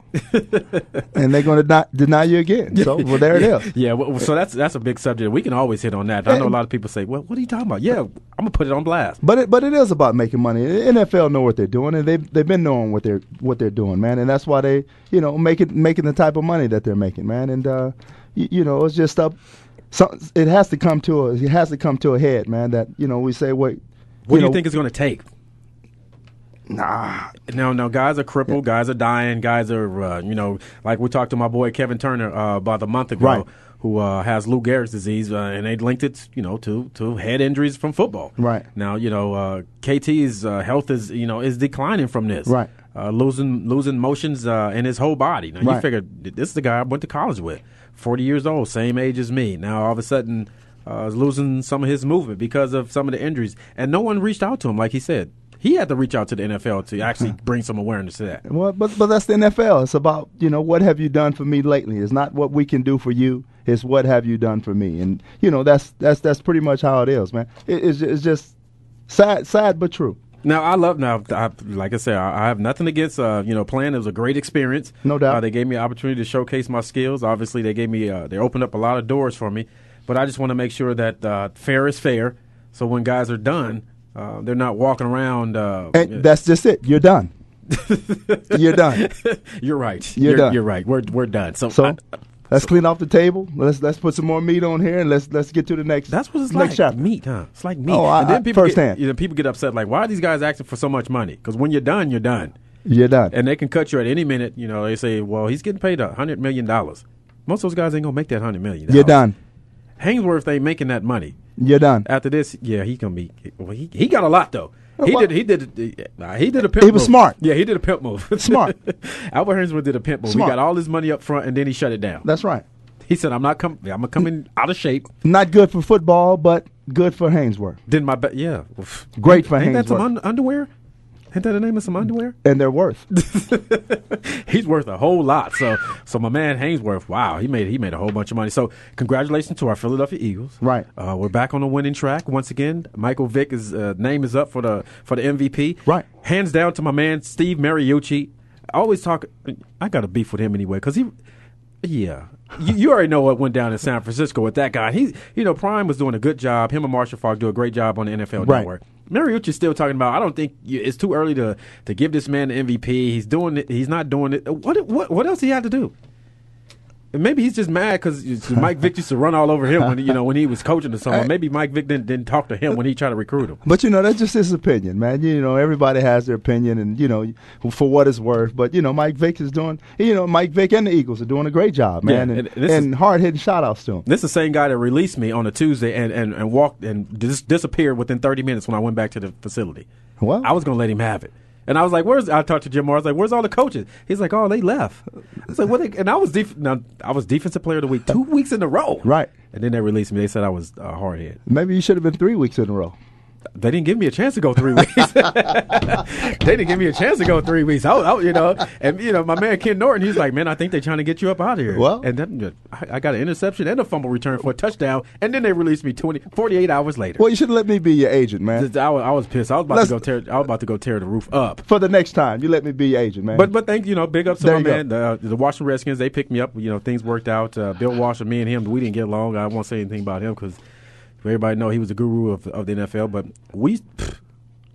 Speaker 4: and they're going to not deny you again. So well, there it is.
Speaker 3: Yeah, well, so that's that's a big subject. We can always hit on that. I know a lot of people say, "Well, what are you talking about?" Yeah, I'm gonna put it on blast.
Speaker 4: But it, but it is about making money. The NFL know what they're doing, and they've they've been knowing what they're what they're doing, man. And that's why they you know making making the type of money that they're making, man. And uh, you, you know it's just up. So it has to come to a it has to come to a head, man. That you know we say wait.
Speaker 3: What do you
Speaker 4: know,
Speaker 3: think it's gonna take? No, no, guys are crippled, guys are dying, guys are, uh, you know, like we talked to my boy Kevin Turner uh, about a month ago,
Speaker 4: Right.
Speaker 3: who uh, has Lou Gehrig's disease, uh, and they linked it, you know, to, to head injuries from football.
Speaker 4: Right.
Speaker 3: now, you know, uh, KT's uh, health is, you know, is declining from this.
Speaker 4: Right.
Speaker 3: uh, losing losing motions uh, in his whole body. Now you
Speaker 4: Right.
Speaker 3: figure this is the guy I went to college with, forty years old, same age as me. Now all of a sudden, uh, is losing some of his movement because of some of the injuries, and no one reached out to him. Like he said, he had to reach out to the NFL to actually bring some awareness to that.
Speaker 4: Well, but but that's the NFL. It's about you know what have you done for me lately. It's not what we can do for you. It's what have you done for me. And you know that's that's that's pretty much how it is, man. It, it's it's just sad sad but true.
Speaker 3: Now I love now. I, like I said, I, I have nothing against uh, you know playing. It was a great experience,
Speaker 4: No doubt.
Speaker 3: Uh, they gave me an opportunity to showcase my skills. Obviously, they gave me uh, they opened up a lot of doors for me. But I just want to make sure that uh, fair is fair. So when guys are done, Uh, they're not walking around. Uh,
Speaker 4: And
Speaker 3: yeah.
Speaker 4: that's just it. You're done. You're done.
Speaker 3: you're right.
Speaker 4: You're done.
Speaker 3: You're right. We're we're done. So,
Speaker 4: So
Speaker 3: I-
Speaker 4: let's clean off the table. Let's let's put some more meat on here and let's let's get to the next.
Speaker 3: that's what it's
Speaker 4: next
Speaker 3: like.
Speaker 4: chapter.
Speaker 3: Meat, huh? It's like meat.
Speaker 4: Oh, I-
Speaker 3: and then
Speaker 4: I-
Speaker 3: people
Speaker 4: firsthand.
Speaker 3: Get, you know, people get upset. Like, why are these guys asking for so much money? Because when you're done, you're done,
Speaker 4: You're done.
Speaker 3: and they can cut you at any minute. You know, they say, well, he's getting paid a hundred million dollars. Most of those guys ain't gonna make that hundred million.
Speaker 4: You're done.
Speaker 3: Hainsworth ain't making that money.
Speaker 4: You're done. Oh,
Speaker 3: After this, yeah, he gonna be. Well, he, he got a lot though. He
Speaker 4: Well-
Speaker 3: did. He did. Uh, he did a pimp.
Speaker 4: He was
Speaker 3: move.
Speaker 4: smart.
Speaker 3: Yeah, he did a pimp move.
Speaker 4: Smart.
Speaker 3: Albert Hainsworth did a pimp move.
Speaker 4: Smart.
Speaker 3: He got all his money up front, and then he shut it down.
Speaker 4: That's right.
Speaker 3: He said, "I'm not coming. I'm gonna come in out of shape."
Speaker 4: Not good for football, but good for Hainsworth.
Speaker 3: Then my ba- yeah, Oof.
Speaker 4: Great for
Speaker 3: Ain't that some
Speaker 4: Hainsworth.
Speaker 3: un- underwear? Ain't that the name of some underwear?
Speaker 4: and their worth.
Speaker 3: He's worth a whole lot. So, so my man Hainsworth, wow, he made he made a whole bunch of money. So, congratulations to our Philadelphia Eagles.
Speaker 4: Right.
Speaker 3: uh, we're back on the winning track once again. Michael Vick is uh, name is up for the for the MVP.
Speaker 4: Right.
Speaker 3: hands down to my man Steve Mariucci. I always talk. I got a beef with him anyway because he. Yeah, you, you already know what went down in San Francisco with that guy. He, you know, Prime was doing a good job. Him and Marshall Falk do a great job on the NFL
Speaker 4: Right.
Speaker 3: Network. Mariucci's still talking about. I don't think you, it's too early to to give this man the MVP. He's doing it. He's not doing it. What what what else he had to do? And maybe he's just mad because Mike Vick used to run all over him when you know when he was coaching or something. Maybe Mike Vick didn't, didn't talk to him when he tried to recruit him.
Speaker 4: But you know, that's just his opinion, man. You know, everybody has their opinion, and you know, for what it's worth. But you know, Mike Vick is doing. You know, Mike Vick and the Eagles are doing a great job, man.
Speaker 3: Yeah,
Speaker 4: and
Speaker 3: and this is-
Speaker 4: hard hitting shout outs to them.
Speaker 3: This is the same guy that released me on a Tuesday and, and, and walked and dis- disappeared within 30 minutes when I went back to the facility.
Speaker 4: Wow.
Speaker 3: I was going to let him have it. And I was like, "Where's?" I talked to Jim Moore. I was like, "Where's all the coaches?" He's like, "Oh, they left." I was like, "What?" They, and I was def- now, I was defensive player of the week two weeks in a row.
Speaker 4: Right.
Speaker 3: And then they released me. They said I was a hard hit.
Speaker 4: Maybe you should have been three weeks in a row.
Speaker 3: They didn't give me a chance to go three weeks. they didn't give me a chance to go three weeks. I, was- I was- you know, and you know, my man Ken Norton, he's like, "Man, I think they're trying to get you up out of here."
Speaker 4: Well-
Speaker 3: and then I, I got an interception and a fumble return for a touchdown, and then they released me 20, 48 hours later.
Speaker 4: Well, you should have let me be your agent, man.
Speaker 3: I, was, I was pissed. I was about
Speaker 4: Let's-
Speaker 3: to go tear. I was about to go tear the roof up.
Speaker 4: For the next time, you let me be your agent, man.
Speaker 3: But but thank you know big ups to
Speaker 4: There
Speaker 3: my
Speaker 4: you go.
Speaker 3: man the, the Washington Redskins they picked me up you know things worked out uh, Bill Washington me and him we didn't get along I won't say anything about him because everybody know he was the guru of, of the NFL but we pff,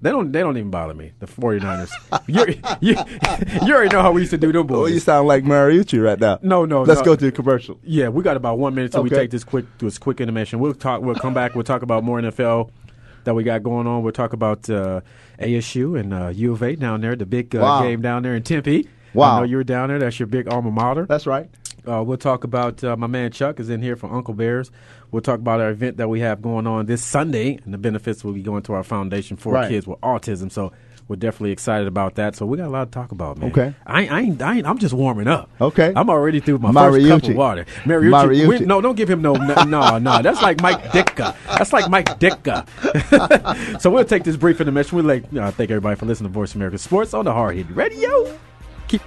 Speaker 3: they don't they don't even bother me the 49ers you, you, you already know how we used to do them
Speaker 4: oh,
Speaker 3: boys
Speaker 4: you sound like Mariucci right now.
Speaker 3: No, no,
Speaker 4: Let's
Speaker 3: no.
Speaker 4: go to the commercial.
Speaker 3: yeah we got about one minute so we
Speaker 4: Okay.
Speaker 3: take this quick this quick intermission we'll talk we'll come back we'll talk about more NFL that we got going on we'll talk about uh, ASU and uh, U of A down there the big uh,
Speaker 4: Wow.
Speaker 3: game down there in Tempe.
Speaker 4: Wow.
Speaker 3: I know you were down there. That's your big alma mater.
Speaker 4: That's right.
Speaker 3: Uh, we'll talk about uh, my man Chuck is in here from Uncle Bears. We'll talk about our event that we have going on this Sunday, and the benefits will be going to our foundation for
Speaker 4: Right.
Speaker 3: kids with autism. So we're definitely excited about that. So we got a lot to talk about, man.
Speaker 4: Okay.
Speaker 3: I, I, ain't, I ain't. I'm just warming up.
Speaker 4: Okay.
Speaker 3: I'm already through my
Speaker 4: Mariucci.
Speaker 3: first cup of water. Mariucci.
Speaker 4: Mariucci.
Speaker 3: We- no, don't give him no. No, no, no. That's like Mike Ditka. That's like Mike Ditka. so we'll take this brief intermission. We'll like, uh, thank everybody for listening to Voice America Sports on the Hard Hit Radio. Keep,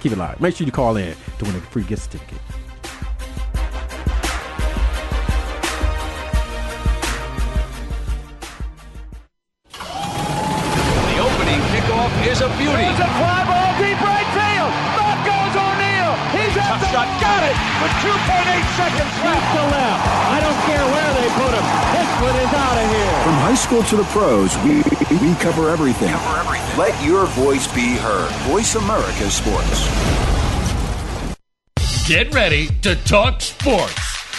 Speaker 3: keep it live. Make sure you call in to win a free gift certificate.
Speaker 8: The opening kickoff is a beauty. It's a fly ball deep right field. That goes O'Neal. He's at the shot. Got it with 2.8 seconds left. to left. I don't care where they put him. This one is out of here.
Speaker 9: From high school to the pros, we, we cover everything. Let your voice be heard. Voice America Sports.
Speaker 10: Get ready to talk sports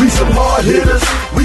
Speaker 2: We some hard hitters. We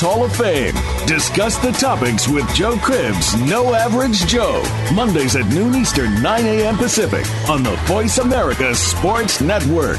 Speaker 11: Hall of Fame. Discuss the topics with Joe Cribs, No Average Joe, Mondays at noon Eastern, 9 a.m. Pacific, on the Voice America Sports Network.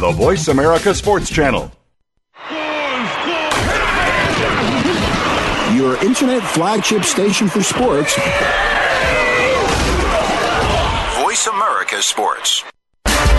Speaker 12: the Voice America Sports Channel.
Speaker 9: Your internet flagship station for sports.
Speaker 2: Voice America Sports.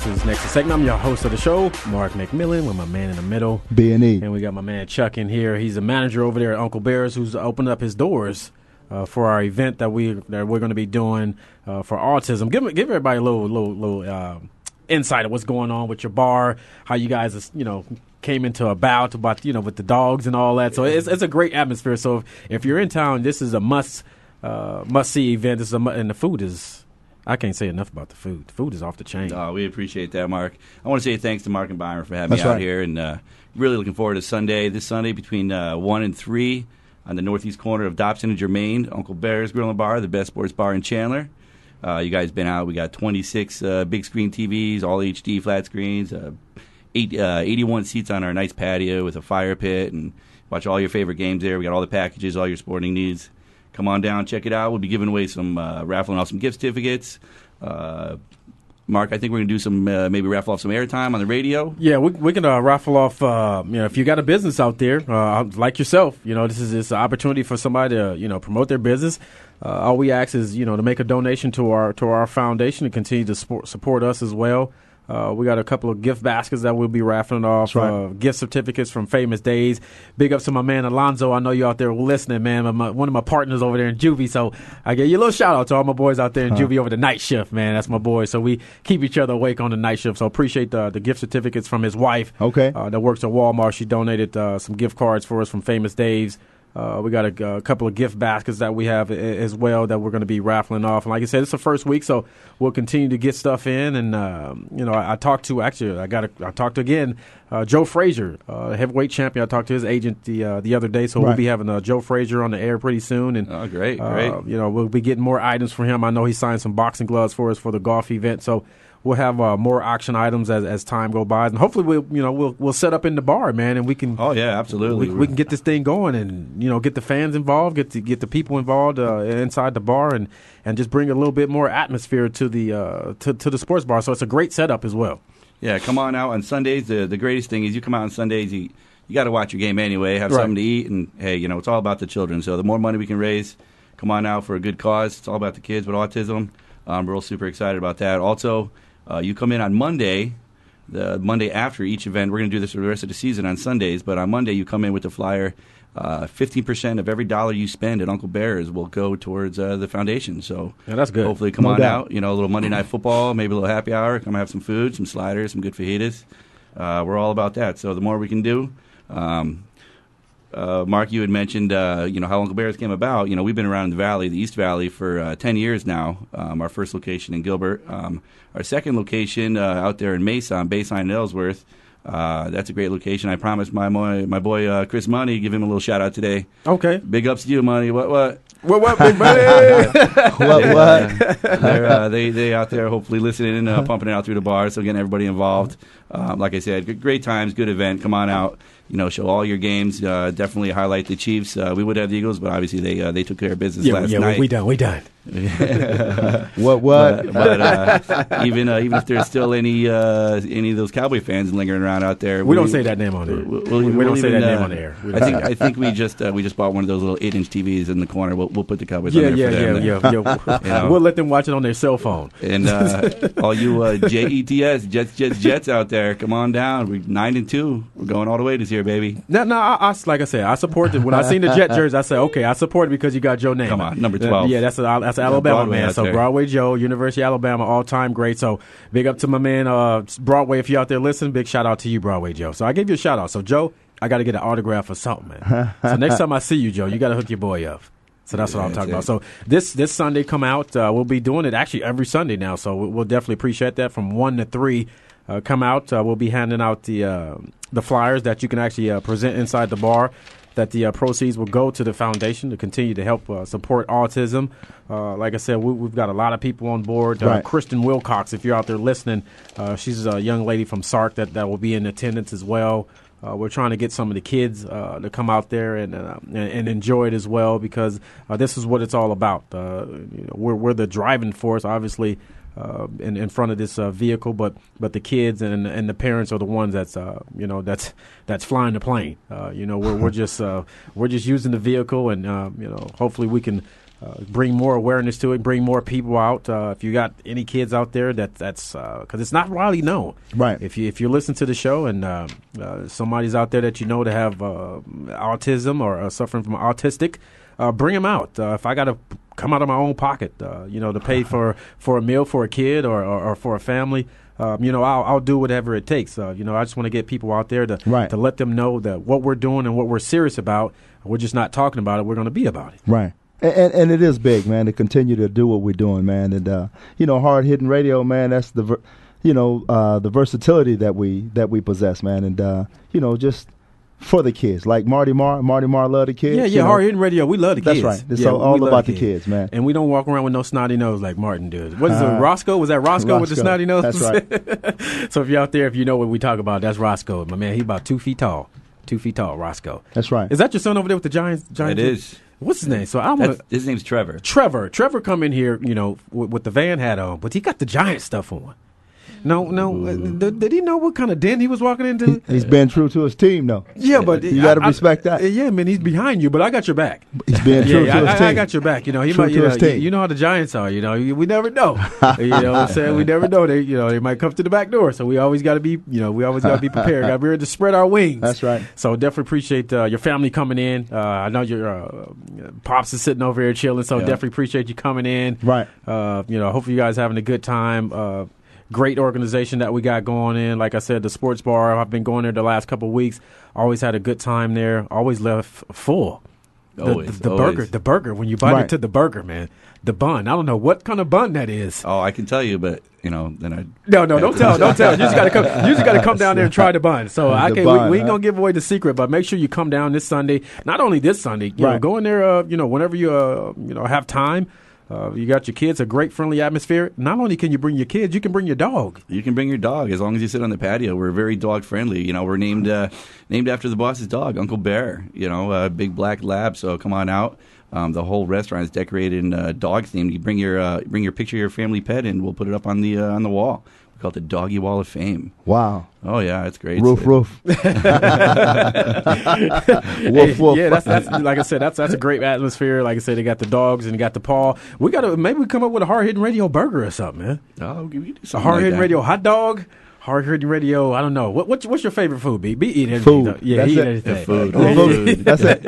Speaker 3: to this next segment. I'm your host of the show, Mark McMillan, with my man in the middle,
Speaker 4: B and E.
Speaker 3: and we got my man Chuck in here. He's a manager over there at Uncle Bear's, who's opened up his doors uh, for our event that we that we're going to be doing uh, for autism. Give give everybody a little little little uh, insight of what's going on with your bar, how you guys you know came into about about you know with the dogs and all that. So it's it's a great atmosphere. So if, if you're in town, this is a must uh, must see event. This is a, mu- and the food is. I can't say enough about the food. The food is off the chain.
Speaker 7: Oh, we appreciate that, Mark. I want to say thanks to Mark and Byron for having
Speaker 3: That's
Speaker 7: me out
Speaker 3: right.
Speaker 7: here, and uh, really looking forward to Sunday. This Sunday between uh, one and three on the northeast corner of Dobson and Germain, Uncle Bear's Grill and Bar, the best sports bar in Chandler. Uh, you guys been out? We got 26 uh, big screen TVs, all HD flat screens, uh, eight, uh, 81 seats on our nice patio with a fire pit, and watch all your favorite games there. We got all the packages, all your sporting needs. Come on down, check it out. We'll be giving away some, uh, raffling off some gift certificates. Uh, Mark, I think we're gonna do some uh, maybe raffle off some airtime on the radio.
Speaker 3: Yeah, we, we can uh, raffle off. Uh, you know, if you got a business out there, uh, like yourself, you know, this is this opportunity for somebody to you know promote their business. Uh, all we ask is you know to make a donation to our to our foundation and continue to support, support us as well. Uh, we got a couple of gift baskets that we'll be raffling off.
Speaker 4: right.
Speaker 3: Uh, gift certificates from Famous Days. Big up to my man Alonzo. I know you out there listening, man. My- my- one of my partners over there in Juvie. So I give you a little shout out to all my boys out there in
Speaker 4: Huh.
Speaker 3: Juvie over the night shift, man. That's my boy. So we keep each other awake on the night shift. So appreciate the, the gift certificates from his wife.
Speaker 4: Okay.
Speaker 3: Uh, that works at Walmart. She donated uh, some gift cards for us from Famous Dave's. Uh, we got a, a couple of gift baskets that we have a- as well that we're going to be raffling off. And like I said, it's the first week, so we'll continue to get stuff in. And um, you know, I, I talked to actually, I got, a, I talked to again, uh, Joe Frazier, uh, heavyweight champion. I talked to his agent the uh, the other day, so we'll
Speaker 7: Right.
Speaker 3: be having uh, Joe Frazier on the air pretty soon. And
Speaker 7: Oh, great,
Speaker 3: uh,
Speaker 7: great.
Speaker 3: you know, we'll be getting more items from him. I know he signed some boxing gloves for us for the golf event, so we'll have uh, more auction items as, as time go by, and hopefully we'll you know we'll we'll set up in the bar, man, and we can.
Speaker 7: Oh yeah, absolutely.
Speaker 3: We, we can get this thing going, and you know, get the fans involved, get the, get the people involved uh, inside the bar, and, and just bring a little bit more atmosphere to the uh, to, to the sports bar. So it's a great setup as well.
Speaker 7: Yeah, come on out on Sundays. The the greatest thing is you come out on Sundays. You you got to watch your game anyway. Have
Speaker 3: Right.
Speaker 7: something to eat, and hey, you know it's all about the children. So the more money we can raise, come on out for a good cause. It's all about the kids with autism. Um, we're all super excited about that. Also, uh, you come in on Monday. The Monday after each event, we're going to do this for the rest of the season on Sundays. But on Monday, you come in with the flyer. uh, Fifteen percent of every dollar you spend at Uncle Bear's will go towards uh, the foundation. So
Speaker 3: Yeah, that's good.
Speaker 7: Hopefully, come
Speaker 3: No
Speaker 7: on
Speaker 3: doubt.
Speaker 7: out. You know, a little Monday night football, maybe a little happy hour. Come have some food, some sliders, some good fajitas. Uh, we're all about that. So the more we can do, um, uh, Mark, you had mentioned uh, you know how Uncle Bear's came about. You know, we've been around the valley, the East Valley, for uh, ten years now. Um, our first location in Gilbert, um, our second location uh, out there in Mesa, on Bayside and Ellsworth. Uh, that's a great location. I promised my boy, my boy uh, Chris Money, give him a little shout out today.
Speaker 3: Okay.
Speaker 7: Big ups to you, Money. What what?
Speaker 3: What what, Big Money?
Speaker 7: what
Speaker 3: what?
Speaker 7: They're, uh, they they out there hopefully listening and uh, pumping it out through the bar. So getting everybody involved. Um, like I said, good, great times, good event. Come on out. You know, show all your games. Uh, definitely highlight the Chiefs. Uh, we would have the Eagles, but obviously they uh, they took care of business
Speaker 3: Yeah,
Speaker 7: last
Speaker 3: yeah, we-
Speaker 7: night.
Speaker 3: we done, we done.
Speaker 7: But,
Speaker 4: What, what?
Speaker 7: but, uh, even uh, even if there's still any uh, any of those Cowboy fans lingering around out there,
Speaker 3: We don't say that name on air.
Speaker 7: We'll,
Speaker 3: We- we don't say
Speaker 7: even,
Speaker 3: that name
Speaker 7: uh,
Speaker 3: on air. We
Speaker 7: I
Speaker 3: don't.
Speaker 7: think I think we just uh, we just bought one of those little eight inch TVs in the corner. We'll, we'll put the Cowboys
Speaker 3: Yeah,
Speaker 7: on
Speaker 3: yeah,
Speaker 7: there.
Speaker 3: yeah,
Speaker 7: for them.
Speaker 3: yeah, yeah.
Speaker 7: You know?
Speaker 3: We'll let them watch it on their cell phone.
Speaker 7: And uh, all you uh, Jets, Jets, Jets, Jets out there, come on down. We're nine and two. We're going all the way this year, baby.
Speaker 3: No, no. I, I like I said, I support it. When I seen the Jet jersey, I said, okay, I support it because you got Joe Namath. Come on,
Speaker 7: number 12.
Speaker 3: Yeah, that's a, that's an
Speaker 7: Yeah,
Speaker 3: Alabama
Speaker 7: Broadway
Speaker 3: man.
Speaker 7: out
Speaker 3: So
Speaker 7: there.
Speaker 3: Broadway Joe, University of Alabama, all time great. So big up to my man uh, Broadway. If you out there listening, big shout out to you, Broadway Joe. So I gave you a shout out. So Joe, I got to get an autograph or something, man. so next time I see you, Joe, you got to hook your boy up. So that's what I'm
Speaker 7: Yeah,
Speaker 3: talking about.
Speaker 7: that's
Speaker 3: So this this Sunday come out. Uh, we'll be doing it actually every Sunday now. So we- we'll definitely appreciate that from one to three. Uh, come out. Uh, we'll be handing out the uh, the flyers that you can actually uh, present inside the bar. That the uh, proceeds will go to the foundation to continue to help uh, support autism. Uh, like I said, we, we've got a lot of people on board. Uh,
Speaker 4: Right.
Speaker 3: Kristen Wilcox, if you're out there listening, uh, she's a young lady from Sark that, that will be in attendance as well. Uh, we're trying to get some of the kids uh, to come out there and, uh, and and enjoy it as well because uh, this is what it's all about. Uh, you know, we're we're the driving force, obviously, uh, in in front of this uh, vehicle, but but the kids and and the parents are the ones that's uh, you know that's that's flying the plane. Uh, you know, we're we're just uh, we're just using the vehicle, and uh, you know, hopefully we can uh, bring more awareness to it, bring more people out. Uh, if you got any kids out there, that that's because it's not widely known. Right. If you if you listen to the show and uh, uh, somebody's out there that you know to have uh, autism or uh, suffering from autistic, uh, bring them out. Uh, if I got to come out of my own pocket, uh, you know, to pay for for a meal for a kid or or, or for a family. Um, you know, I'll, I'll do whatever it takes. Uh, you know, I just want to get people out there to to let them know that what we're doing and what we're serious about. We're just not talking about it. We're going to be about it.
Speaker 4: Right. And, and and it is big, man, to continue to do what we're doing, man. And uh, you know, hard hitting radio, man. That's the, ver- you know, uh, the versatility that we that we possess, man. And uh, you know, just for the kids, like Marty Mar, Marty Mar loved the kids.
Speaker 3: Yeah,
Speaker 4: you
Speaker 3: yeah,
Speaker 4: know.
Speaker 3: hard hitting radio. We love the
Speaker 4: That's
Speaker 3: kids.
Speaker 4: right. It's
Speaker 3: Yeah,
Speaker 4: all,
Speaker 3: we
Speaker 4: all
Speaker 3: love
Speaker 4: about the kids, man.
Speaker 3: And we don't walk around with no snotty nose like Martin does. What is it,
Speaker 4: Uh,
Speaker 3: Roscoe? Was that Roscoe, with the
Speaker 4: Roscoe.
Speaker 3: snotty nose?
Speaker 4: That's
Speaker 3: right. so if you're out there, if you know what we talk about, that's Roscoe. My man, he about two feet tall. Two feet tall, Roscoe.
Speaker 4: That's right.
Speaker 3: Is that your son over there with the Giants? Giants
Speaker 7: It is.
Speaker 3: What's his name? So I want
Speaker 7: That's- his name's Trevor.
Speaker 3: Trevor. Trevor come in here, you know, with, with the van hat on, but he got the Giant stuff on. No, no. uh, Did, did he know what kind of den he was walking into?
Speaker 4: He's been true to his team, though.
Speaker 3: Yeah, but
Speaker 4: you got to
Speaker 3: I- I-
Speaker 4: respect that.
Speaker 3: Yeah, man, he's behind you, but I got your back.
Speaker 4: He's being
Speaker 3: yeah,
Speaker 4: true
Speaker 3: yeah,
Speaker 4: to
Speaker 3: I,
Speaker 4: his
Speaker 3: I- I
Speaker 4: team.
Speaker 3: got your back. You know, he
Speaker 4: True
Speaker 3: might.
Speaker 4: to
Speaker 3: You know,
Speaker 4: his
Speaker 3: you,
Speaker 4: team.
Speaker 3: you know how the Giants are. You know, you- we never know. you know, what I'm saying we never know. They, you know, they might come to the back door. So we always got to be. You know, we always got to be prepared. Got to be ready to spread our wings.
Speaker 4: That's right.
Speaker 3: So definitely appreciate uh, your family coming in. Uh, I know your uh, pops is sitting over here chilling. So
Speaker 4: Yeah.
Speaker 3: definitely appreciate you coming in.
Speaker 4: Right.
Speaker 3: Uh, you know, hopefully you guys having a good time. Uh, great organization that we got going in. Like I said, the sports bar. I've been going there the last couple of weeks. Always had a good time there. Always left full. The,
Speaker 7: Always,
Speaker 3: the, the
Speaker 7: always.
Speaker 3: burger, the burger. When you bite
Speaker 7: Right.
Speaker 3: into the burger, man, the bun. I don't know what kind of bun that is.
Speaker 7: Oh, I can tell you, but you know, then I
Speaker 3: No, no, don't tell, don't tell. You just gotta come. You just gotta come down there and try the bun. So I
Speaker 7: The
Speaker 3: can.
Speaker 7: bun,
Speaker 3: we, we ain't
Speaker 7: huh?
Speaker 3: gonna give away the secret, but make sure you come down this Sunday. Not only this Sunday, you know,
Speaker 4: Right.
Speaker 3: go in there. Uh, you know, whenever you uh, you know have time. Uh, you got your kids. A great friendly atmosphere. Not only can you bring your kids, you can bring your dog.
Speaker 7: You can bring your dog as long as you sit on the patio. We're very dog friendly. You know, we're named uh, named after the boss's dog, Uncle Bear. You know, uh, big black lab. So come on out. Um, the whole restaurant is decorated in uh, dog themed. You bring your uh, bring your picture of your family pet, and we'll put it up on the uh, on the wall. We call it the Doggy Wall of Fame.
Speaker 4: Wow.
Speaker 7: Oh yeah, it's great.
Speaker 4: Roof, roof. Woof, woof.
Speaker 3: Yeah, that's, that's like I said. That's that's a great atmosphere. Like I said, they got the dogs and got the paw. We got to maybe we come up with a hard hitting radio burger or something, man.
Speaker 7: Oh, we could do
Speaker 3: a
Speaker 7: something
Speaker 3: hard hitting
Speaker 7: like that.
Speaker 3: radio hot dog. Hard hitting radio. I don't know. What, what's what's your favorite food? B. B. Eat anything.
Speaker 4: Food.
Speaker 3: though. Yeah,
Speaker 4: That's
Speaker 3: he eat
Speaker 4: it.
Speaker 3: anything.
Speaker 4: Yeah, food.
Speaker 3: Yeah,
Speaker 4: Food.
Speaker 3: yeah.
Speaker 4: That's it.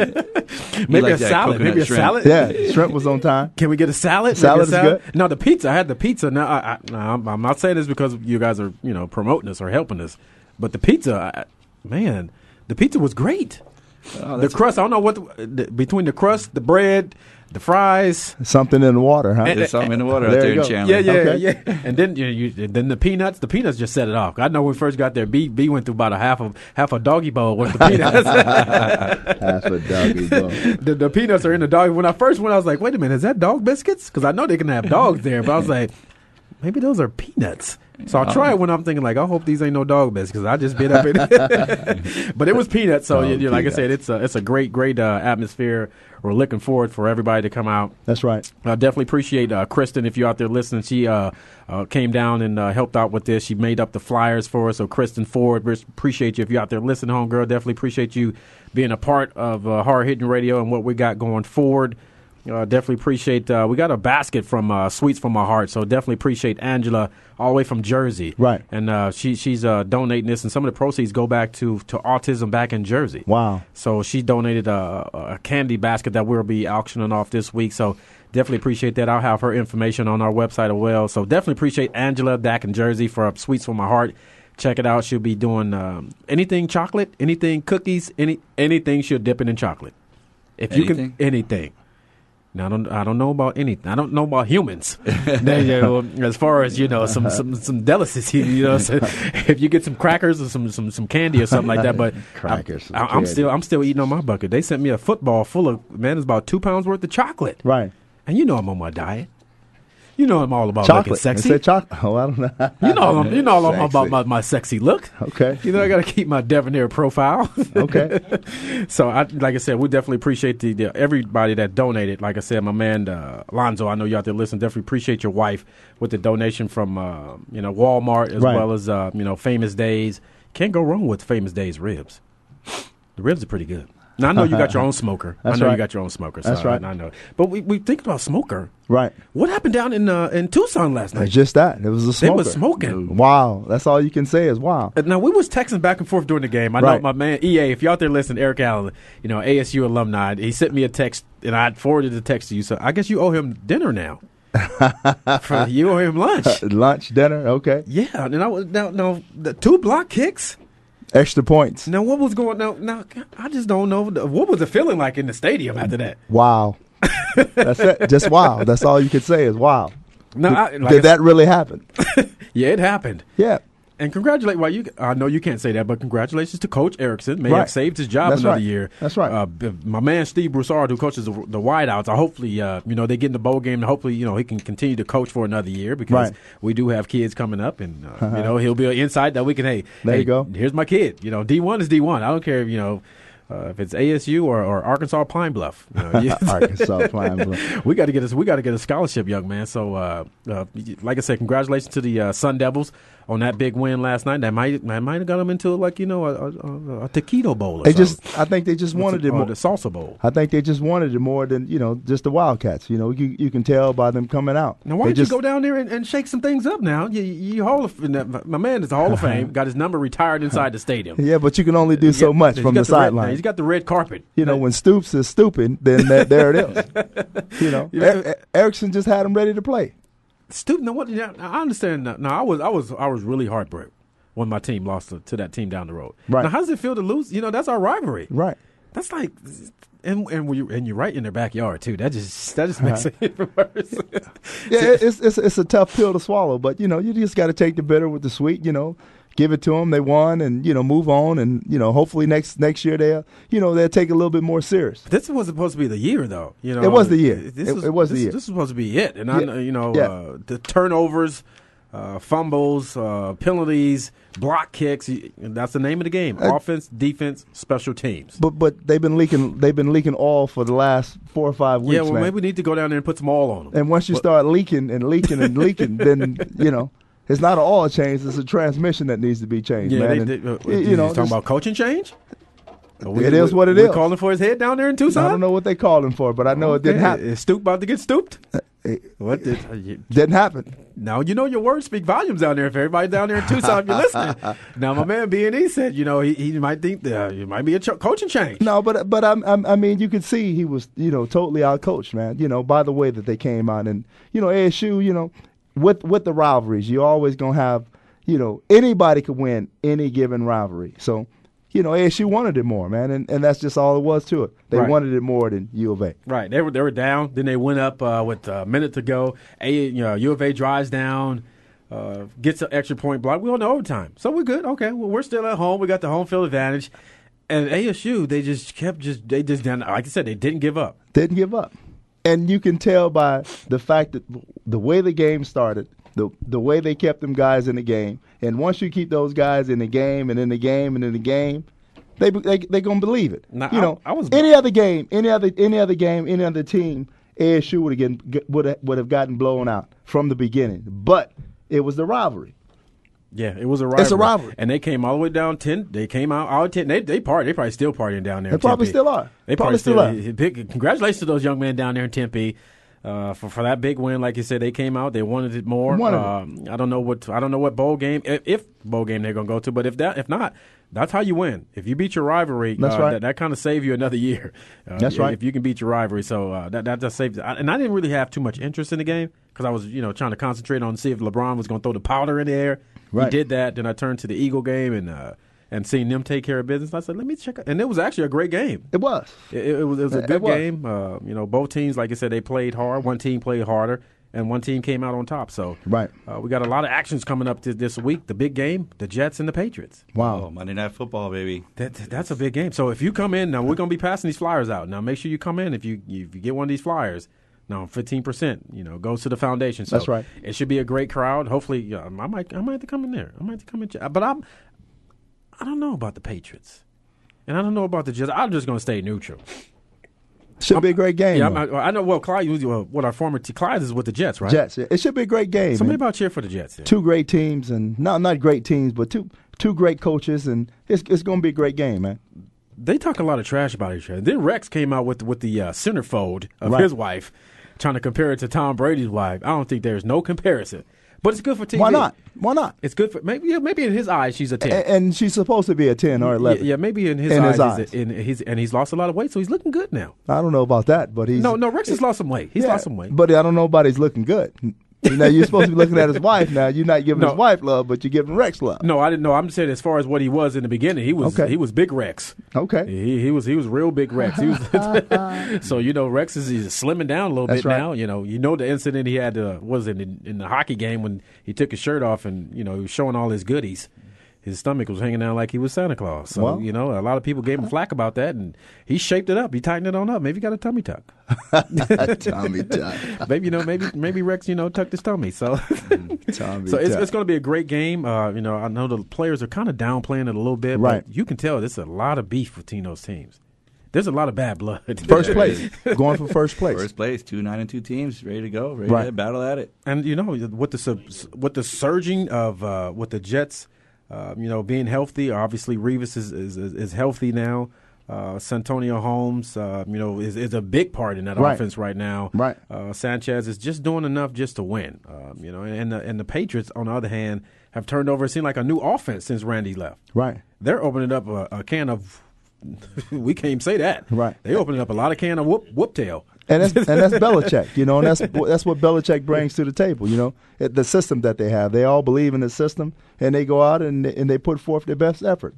Speaker 3: Maybe
Speaker 4: like
Speaker 3: a
Speaker 4: that
Speaker 3: salad. Maybe a
Speaker 4: coconut shrimp.
Speaker 3: salad.
Speaker 4: Yeah, shrimp was on time.
Speaker 3: Can we get a salad?
Speaker 4: Salad
Speaker 3: Maybe a
Speaker 4: is
Speaker 3: good. No, the pizza. I had the pizza. Now, I, I, no, I'm, I'm not saying this because you guys are you know promoting us or helping us, but the pizza, I, man, the pizza was great.
Speaker 7: Oh,
Speaker 3: the
Speaker 7: that's-
Speaker 3: crust. I don't know what the, the, between the crust, the bread, the fries.
Speaker 4: Something in the water, huh?
Speaker 3: and-
Speaker 4: There you go.
Speaker 3: Yeah, yeah,
Speaker 4: Okay.
Speaker 3: yeah. And then you, you, then the peanuts. The peanuts just set it off. I know when we first got there, B B went through about a half of half a doggy bowl with the peanuts.
Speaker 13: Half a doggy bowl.
Speaker 3: the, the peanuts are in the dog. When I first went, I was like, wait a minute, is that dog biscuits? Because I know they can have dogs there, but I was like, maybe those are peanuts. So
Speaker 4: Oh.
Speaker 3: I'll try it when I'm thinking like, I hope these ain't no dog biscuits because I just bit up it. but it was peanuts. So
Speaker 4: Oh,
Speaker 3: you, you- like I
Speaker 4: peanuts.
Speaker 3: said, it's a it's a great great uh, atmosphere. We're looking forward for everybody to come out.
Speaker 4: That's right.
Speaker 3: I definitely appreciate uh, Kristen if you're out there listening. She uh, uh, came down and uh, helped out with this. She made up the flyers for us. So Kristen Ford, we appreciate you if you're out there listening, homegirl. Definitely appreciate you being a part of uh, Hard Hitting Radio and what we got going forward. Uh, definitely appreciate. Uh, we got a basket from uh, Sweets from My Heart, so definitely appreciate Angela all the way from Jersey. Right, and uh, she she's uh, donating this, and some of the proceeds go back to to autism back in Jersey.
Speaker 4: Wow.
Speaker 3: So she donated a, a candy basket that we'll be auctioning off this week. So definitely appreciate that. I'll have her information on our website as well. So definitely appreciate Angela back in Jersey for Sweets for My Heart. Check it out. She'll be doing um, anything chocolate, anything cookies, any anything she'll dip it in chocolate. If you
Speaker 7: Anything?
Speaker 3: can anything. Now, I don't, I don't know about anything. I don't know about humans. They, you know, as far as you know, some some some delicacy. You know, so if you get some crackers or some some, some candy or something like that. But
Speaker 13: Crackers,
Speaker 3: I, I'm
Speaker 13: candy.
Speaker 3: still I'm still eating on my bucket. They sent me a football full of man, it's about two pounds worth of chocolate.
Speaker 4: Right.
Speaker 3: And you know I'm on my diet. You know I'm all about looking
Speaker 4: chocolate.
Speaker 3: sexy.
Speaker 4: They said chocolate. Oh, I don't know.
Speaker 3: You know, I'm, you know, all I'm about
Speaker 4: Sexy.
Speaker 3: my, my sexy look.
Speaker 4: Okay.
Speaker 3: You know, I got to keep my debonair profile.
Speaker 4: Okay.
Speaker 3: so, I, like I said, we definitely appreciate the, the everybody that donated. Like I said, my man uh, Lonzo, I know you out there listening. Definitely appreciate your wife with the donation from uh, you know Walmart as
Speaker 4: Right.
Speaker 3: well as uh, you know Famous Days. Can't go wrong with Famous Days ribs. The ribs are pretty good. Now I know you got your own smoker. I
Speaker 4: That's
Speaker 3: know you
Speaker 4: right.
Speaker 3: got your own smoker.
Speaker 4: That's
Speaker 3: so I-
Speaker 4: right.
Speaker 3: I know. But we we think about smoker.
Speaker 4: Right.
Speaker 3: What happened down in uh, in Tucson last night?
Speaker 4: It's just that. It was a
Speaker 3: They
Speaker 4: smoker.
Speaker 3: was smoking.
Speaker 4: Wow. That's all you can say is wow.
Speaker 3: Uh, Now we was texting back and forth during the game. I
Speaker 4: Right.
Speaker 3: know my man EA. If y'all out there listening, Eric Allen, you know ASU alumni, he sent me a text and I forwarded the text to you. So I guess you owe him dinner now. For- you owe him lunch.
Speaker 4: Lunch, dinner, okay.
Speaker 3: Yeah, Uh, and I was now, now the two block kicks.
Speaker 4: Extra points.
Speaker 3: Now what was going now? Now I just don't know the- what was the feeling like in the stadium after that.
Speaker 4: Wow. That's it. Just wow. That's all you could say is wow.
Speaker 3: No,
Speaker 4: did,
Speaker 3: I- like
Speaker 4: did
Speaker 3: I
Speaker 4: that
Speaker 3: said-
Speaker 4: really happen?
Speaker 3: Yeah, it happened.
Speaker 4: Yeah.
Speaker 3: And congratulate. Well, you. I know you can't say that, but congratulations to Coach Erickson. May have
Speaker 4: Right.
Speaker 3: saved his job
Speaker 4: That's
Speaker 3: another
Speaker 4: right.
Speaker 3: year.
Speaker 4: That's right.
Speaker 3: Uh, b- my man Steve Broussard, who coaches the, the wideouts, I hopefully uh, you know they get in the bowl game. And hopefully you know he can continue to coach for another year because
Speaker 4: Right. Uh-huh.
Speaker 3: we do have kids coming up, and uh, you know he'll be an insight that we can. Hey,
Speaker 4: There you
Speaker 3: hey,
Speaker 4: go.
Speaker 3: Here's my kid. You know, D one is D one. I don't care if you know. Uh, if it's ASU or, or Arkansas Pine Bluff, you know, you-
Speaker 4: Arkansas Pine Bluff.
Speaker 3: we got to get us. We got to get a scholarship, young man. So, uh, uh, like I said, congratulations to the uh, Sun Devils on that big win last night. That might that might have got them into like you know a, a, a taquito bowl. Or
Speaker 4: They
Speaker 3: something.
Speaker 4: just I think they just wanted it
Speaker 3: or
Speaker 4: more.
Speaker 3: the salsa bowl.
Speaker 4: I think they just wanted it more than, you know, just the Wildcats. You know, you, you can tell by them coming out.
Speaker 3: Now, why
Speaker 4: They
Speaker 3: don't
Speaker 4: just,
Speaker 3: you go down there and, and shake some things up? Now, you, you hall of, my man is a Hall of Fame. Got his number retired inside the stadium.
Speaker 4: Yeah, but you can only do so
Speaker 3: He's got-
Speaker 4: much
Speaker 3: he's
Speaker 4: from
Speaker 3: got
Speaker 4: the
Speaker 3: red-
Speaker 4: sideline.
Speaker 3: He's got the red carpet.
Speaker 4: You know, when Stoops is stooping, then that, there it is. You know, er- Er- Erickson just had him ready to play.
Speaker 3: Stupid. No, what? yeah, I understand. Now, now I was, I was, I was really heartbroken when my team lost to, to that team down the road.
Speaker 4: Right.
Speaker 3: Now, how does it feel to lose? You know, that's our rivalry.
Speaker 4: Right.
Speaker 3: That's like, and and we, and you're right in their backyard too. That just that just
Speaker 4: Uh-huh.
Speaker 3: makes it even worse.
Speaker 4: Yeah, it- it's, it's it's a tough pill to swallow, but you know, you just got to take the bitter with the sweet. You know, give it to them. They won, and you know, move on, and you know, hopefully next next year they will you know they'll take it a little bit more serious.
Speaker 3: This was supposed to be the year, though. You know,
Speaker 4: It was the year.
Speaker 3: This
Speaker 4: It- it was the
Speaker 3: this-
Speaker 4: year.
Speaker 3: This was supposed to be it, and I,
Speaker 4: Yeah.
Speaker 3: know, you know,
Speaker 4: Yeah.
Speaker 3: uh, the turnovers, uh, fumbles, uh, penalties, block kicks. y- That's the name of the game:
Speaker 4: Uh,
Speaker 3: offense, defense, special teams.
Speaker 4: But but they've been leaking they've been leaking all for the last four or five weeks,
Speaker 3: yeah, well,
Speaker 4: man.
Speaker 3: maybe we need to go down there and put some all on them.
Speaker 4: and once you start leaking and leaking and leaking, then you know. It's not an oil change; it's a transmission that needs to be changed,
Speaker 3: Yeah,
Speaker 4: man.
Speaker 3: they,
Speaker 4: And,
Speaker 3: they, uh,
Speaker 4: y-
Speaker 3: you,
Speaker 4: you know,
Speaker 3: talking
Speaker 4: just-
Speaker 3: about coaching change. We-
Speaker 4: It is
Speaker 3: we-
Speaker 4: what it
Speaker 3: we
Speaker 4: is.
Speaker 3: Calling for his head down there in Tucson.
Speaker 4: I don't know what they called him for, but I know it didn't
Speaker 3: Yeah,
Speaker 4: happen. Uh,
Speaker 3: Is Stoop about to get stooped?
Speaker 4: it-
Speaker 3: what did? uh, you-
Speaker 4: Didn't happen.
Speaker 3: Now you know your words speak volumes down there. If everybody down there in Tucson, if you're listening. Now my man B and E said, you know, he, he might think that uh, it might be a ch- coaching change.
Speaker 4: No, but but I'm, I'm, I mean, you could see he was you know totally out coached, man. You know, by the way that they came out and you know ASU, you know, with with the rivalries, you always gonna have you know anybody could win any given rivalry. So you know, ASU wanted it more, man, and, and that's just all it was to it. They
Speaker 3: Right.
Speaker 4: wanted it more than U of A.
Speaker 3: Right. They were they were down. Then they went up uh, with a minute to go. A you know U of A drives down, uh, gets an extra point block. We're on the overtime, so we're good. Okay, well, we're still at home. We got the home field advantage. And ASU, they just kept just they just down. Like I said, they didn't give up.
Speaker 4: didn't give up. And you can tell by the fact that the way the game started, the the way they kept them guys in the game, and once you keep those guys in the game and in the game and in the game, they they they gonna believe it.
Speaker 3: Now,
Speaker 4: you
Speaker 3: I-
Speaker 4: know,
Speaker 3: I was-
Speaker 4: any other game, any other any other game, any other team, ASU would have would would have gotten blown out from the beginning. But it was the rivalry.
Speaker 3: Yeah, it was a rivalry.
Speaker 4: It's a rivalry.
Speaker 3: and they came all the way down ten. They came out all ten. They they party. They probably still partying down there.
Speaker 4: They
Speaker 3: in
Speaker 4: probably
Speaker 3: Tempe.
Speaker 4: still are.
Speaker 3: They
Speaker 4: Probably
Speaker 3: probably,
Speaker 4: still
Speaker 3: still. Big, congratulations to those young men down there in Tempe. Uh, for for that big win, like you said, they came out. They wanted it more.
Speaker 4: Wanted it.
Speaker 3: um, I don't know what I don't know what bowl game if, if bowl game they're gonna go to, but if that if not, that's how you win. If you beat your rivalry,
Speaker 4: That's
Speaker 3: uh,
Speaker 4: right.
Speaker 3: That, that kind of saved you another year. Uh,
Speaker 4: That's right.
Speaker 3: If you can beat your rivalry, so uh, that that just saved. I- And I didn't really have too much interest in the game because I was you know trying to concentrate on see if LeBron was gonna throw the powder in the air.
Speaker 4: Right.
Speaker 3: He did that. Then I turned to the Eagle game and uh, and seeing them take care of business. I said, let me check. out. And it was actually a great game.
Speaker 4: It was.
Speaker 3: It, it was. It was a
Speaker 4: It
Speaker 3: good
Speaker 4: was.
Speaker 3: game. Uh, you know, both teams, like I said, they played hard. One team played harder, and one team came out on top. So
Speaker 4: Right.
Speaker 3: uh, we got a lot of actions coming up this, this week. The big game, the Jets and the Patriots.
Speaker 4: Wow.
Speaker 7: Oh, Monday Night Football, baby.
Speaker 3: That, that's a big game. So if you come in now, we're gonna be passing these flyers out. Now make sure you come in if you if you get one of these flyers. Now fifteen percent, you know, goes to the foundation. So
Speaker 4: That's right.
Speaker 3: It should be a great crowd. Hopefully, uh, I might I might have to come in there. I might have to come in, but I'm I don't know about the Patriots, and I don't know about the Jets. I'm just gonna stay neutral.
Speaker 4: Should be a great game.
Speaker 3: Yeah, I'm
Speaker 4: though.
Speaker 3: not- I know. Well, Clyde, was- well, what our former t- Clyde is with the Jets, right?
Speaker 4: Jets. yeah. It should be a great game.
Speaker 3: Somebody
Speaker 4: And-
Speaker 3: about cheer for the Jets. then.
Speaker 4: two great teams and not not great teams, but two two great coaches, and it's it's going to be a great game, man.
Speaker 3: They talk a lot of trash about each other. Then Rex came out with with the uh, centerfold of
Speaker 4: Right.
Speaker 3: his wife, trying to compare it to Tom Brady's wife. I don't think there's no comparison, but it's good for TV.
Speaker 4: Why not? Why not?
Speaker 3: It's good for maybe. Yeah, maybe in his eyes, she's a ten.
Speaker 4: A- and she's supposed to be a ten or
Speaker 3: yeah,
Speaker 4: eleven.
Speaker 3: yeah, maybe in his
Speaker 4: In
Speaker 3: eyes,
Speaker 4: his
Speaker 3: He's, in, he's and he's lost a lot of weight, so he's looking good now.
Speaker 4: I don't know about that, but he's
Speaker 3: No, no, Rex has lost some weight. He's
Speaker 4: yeah,
Speaker 3: lost some weight.
Speaker 4: but I don't know about he's looking good. now you're supposed to be looking at his wife. Now you're not giving
Speaker 3: No.
Speaker 4: his wife love, but you're giving Rex love.
Speaker 3: No, I didn't know. I'm just saying, as far as what he was in the beginning, he was
Speaker 4: Okay.
Speaker 3: he was big Rex.
Speaker 4: Okay,
Speaker 3: He, he was he was real big Rex. He was, so you know Rex is he's slimming down a little
Speaker 4: That's
Speaker 3: bit
Speaker 4: right.
Speaker 3: now. You know you know the incident he had uh, was in the, in the hockey game when he took his shirt off and you know he was showing all his goodies. His stomach was hanging out like he was Santa Claus. So
Speaker 4: Well. Uh-huh.
Speaker 3: you know a lot of people gave him flack about that, and he shaped it up. He tightened it on up. Maybe he got a tummy tuck.
Speaker 13: Tommy Tuck.
Speaker 3: maybe you know maybe maybe Rex you know tucked his tummy. So
Speaker 4: Tommy
Speaker 3: so it's,
Speaker 4: Tuck.
Speaker 3: it's going to be a great game. Uh, you know I know the players are kind of downplaying it a little bit,
Speaker 4: Right.
Speaker 3: but you can tell there's a lot of beef with Tino's teams. There's a lot of bad blood.
Speaker 4: first place, going for first place.
Speaker 7: First place, two nine and two teams, ready to go, ready
Speaker 4: Right.
Speaker 7: to battle at it.
Speaker 3: and you know with the sub, with the surging of uh, with the Jets, uh, you know being healthy. Obviously, Revis is is, is, is healthy now. Uh, Santonio Holmes, uh, you know, is, is a big part in that
Speaker 4: Right.
Speaker 3: offense right now.
Speaker 4: Right.
Speaker 3: Uh, Sanchez is just doing enough just to win. Um, you know, and the, and the Patriots, on the other hand, have turned over. It seemed like a new offense since Randy left.
Speaker 4: Right.
Speaker 3: They're opening up a, a can of. we can't say that.
Speaker 4: Right.
Speaker 3: They opening up a lot of can of whoop whoop tail.
Speaker 4: And that's, and that's Belichick, you know, and that's that's what Belichick brings to the table, you know, It- the system that they have. They all believe in the system, and they go out and and they put forth their best effort.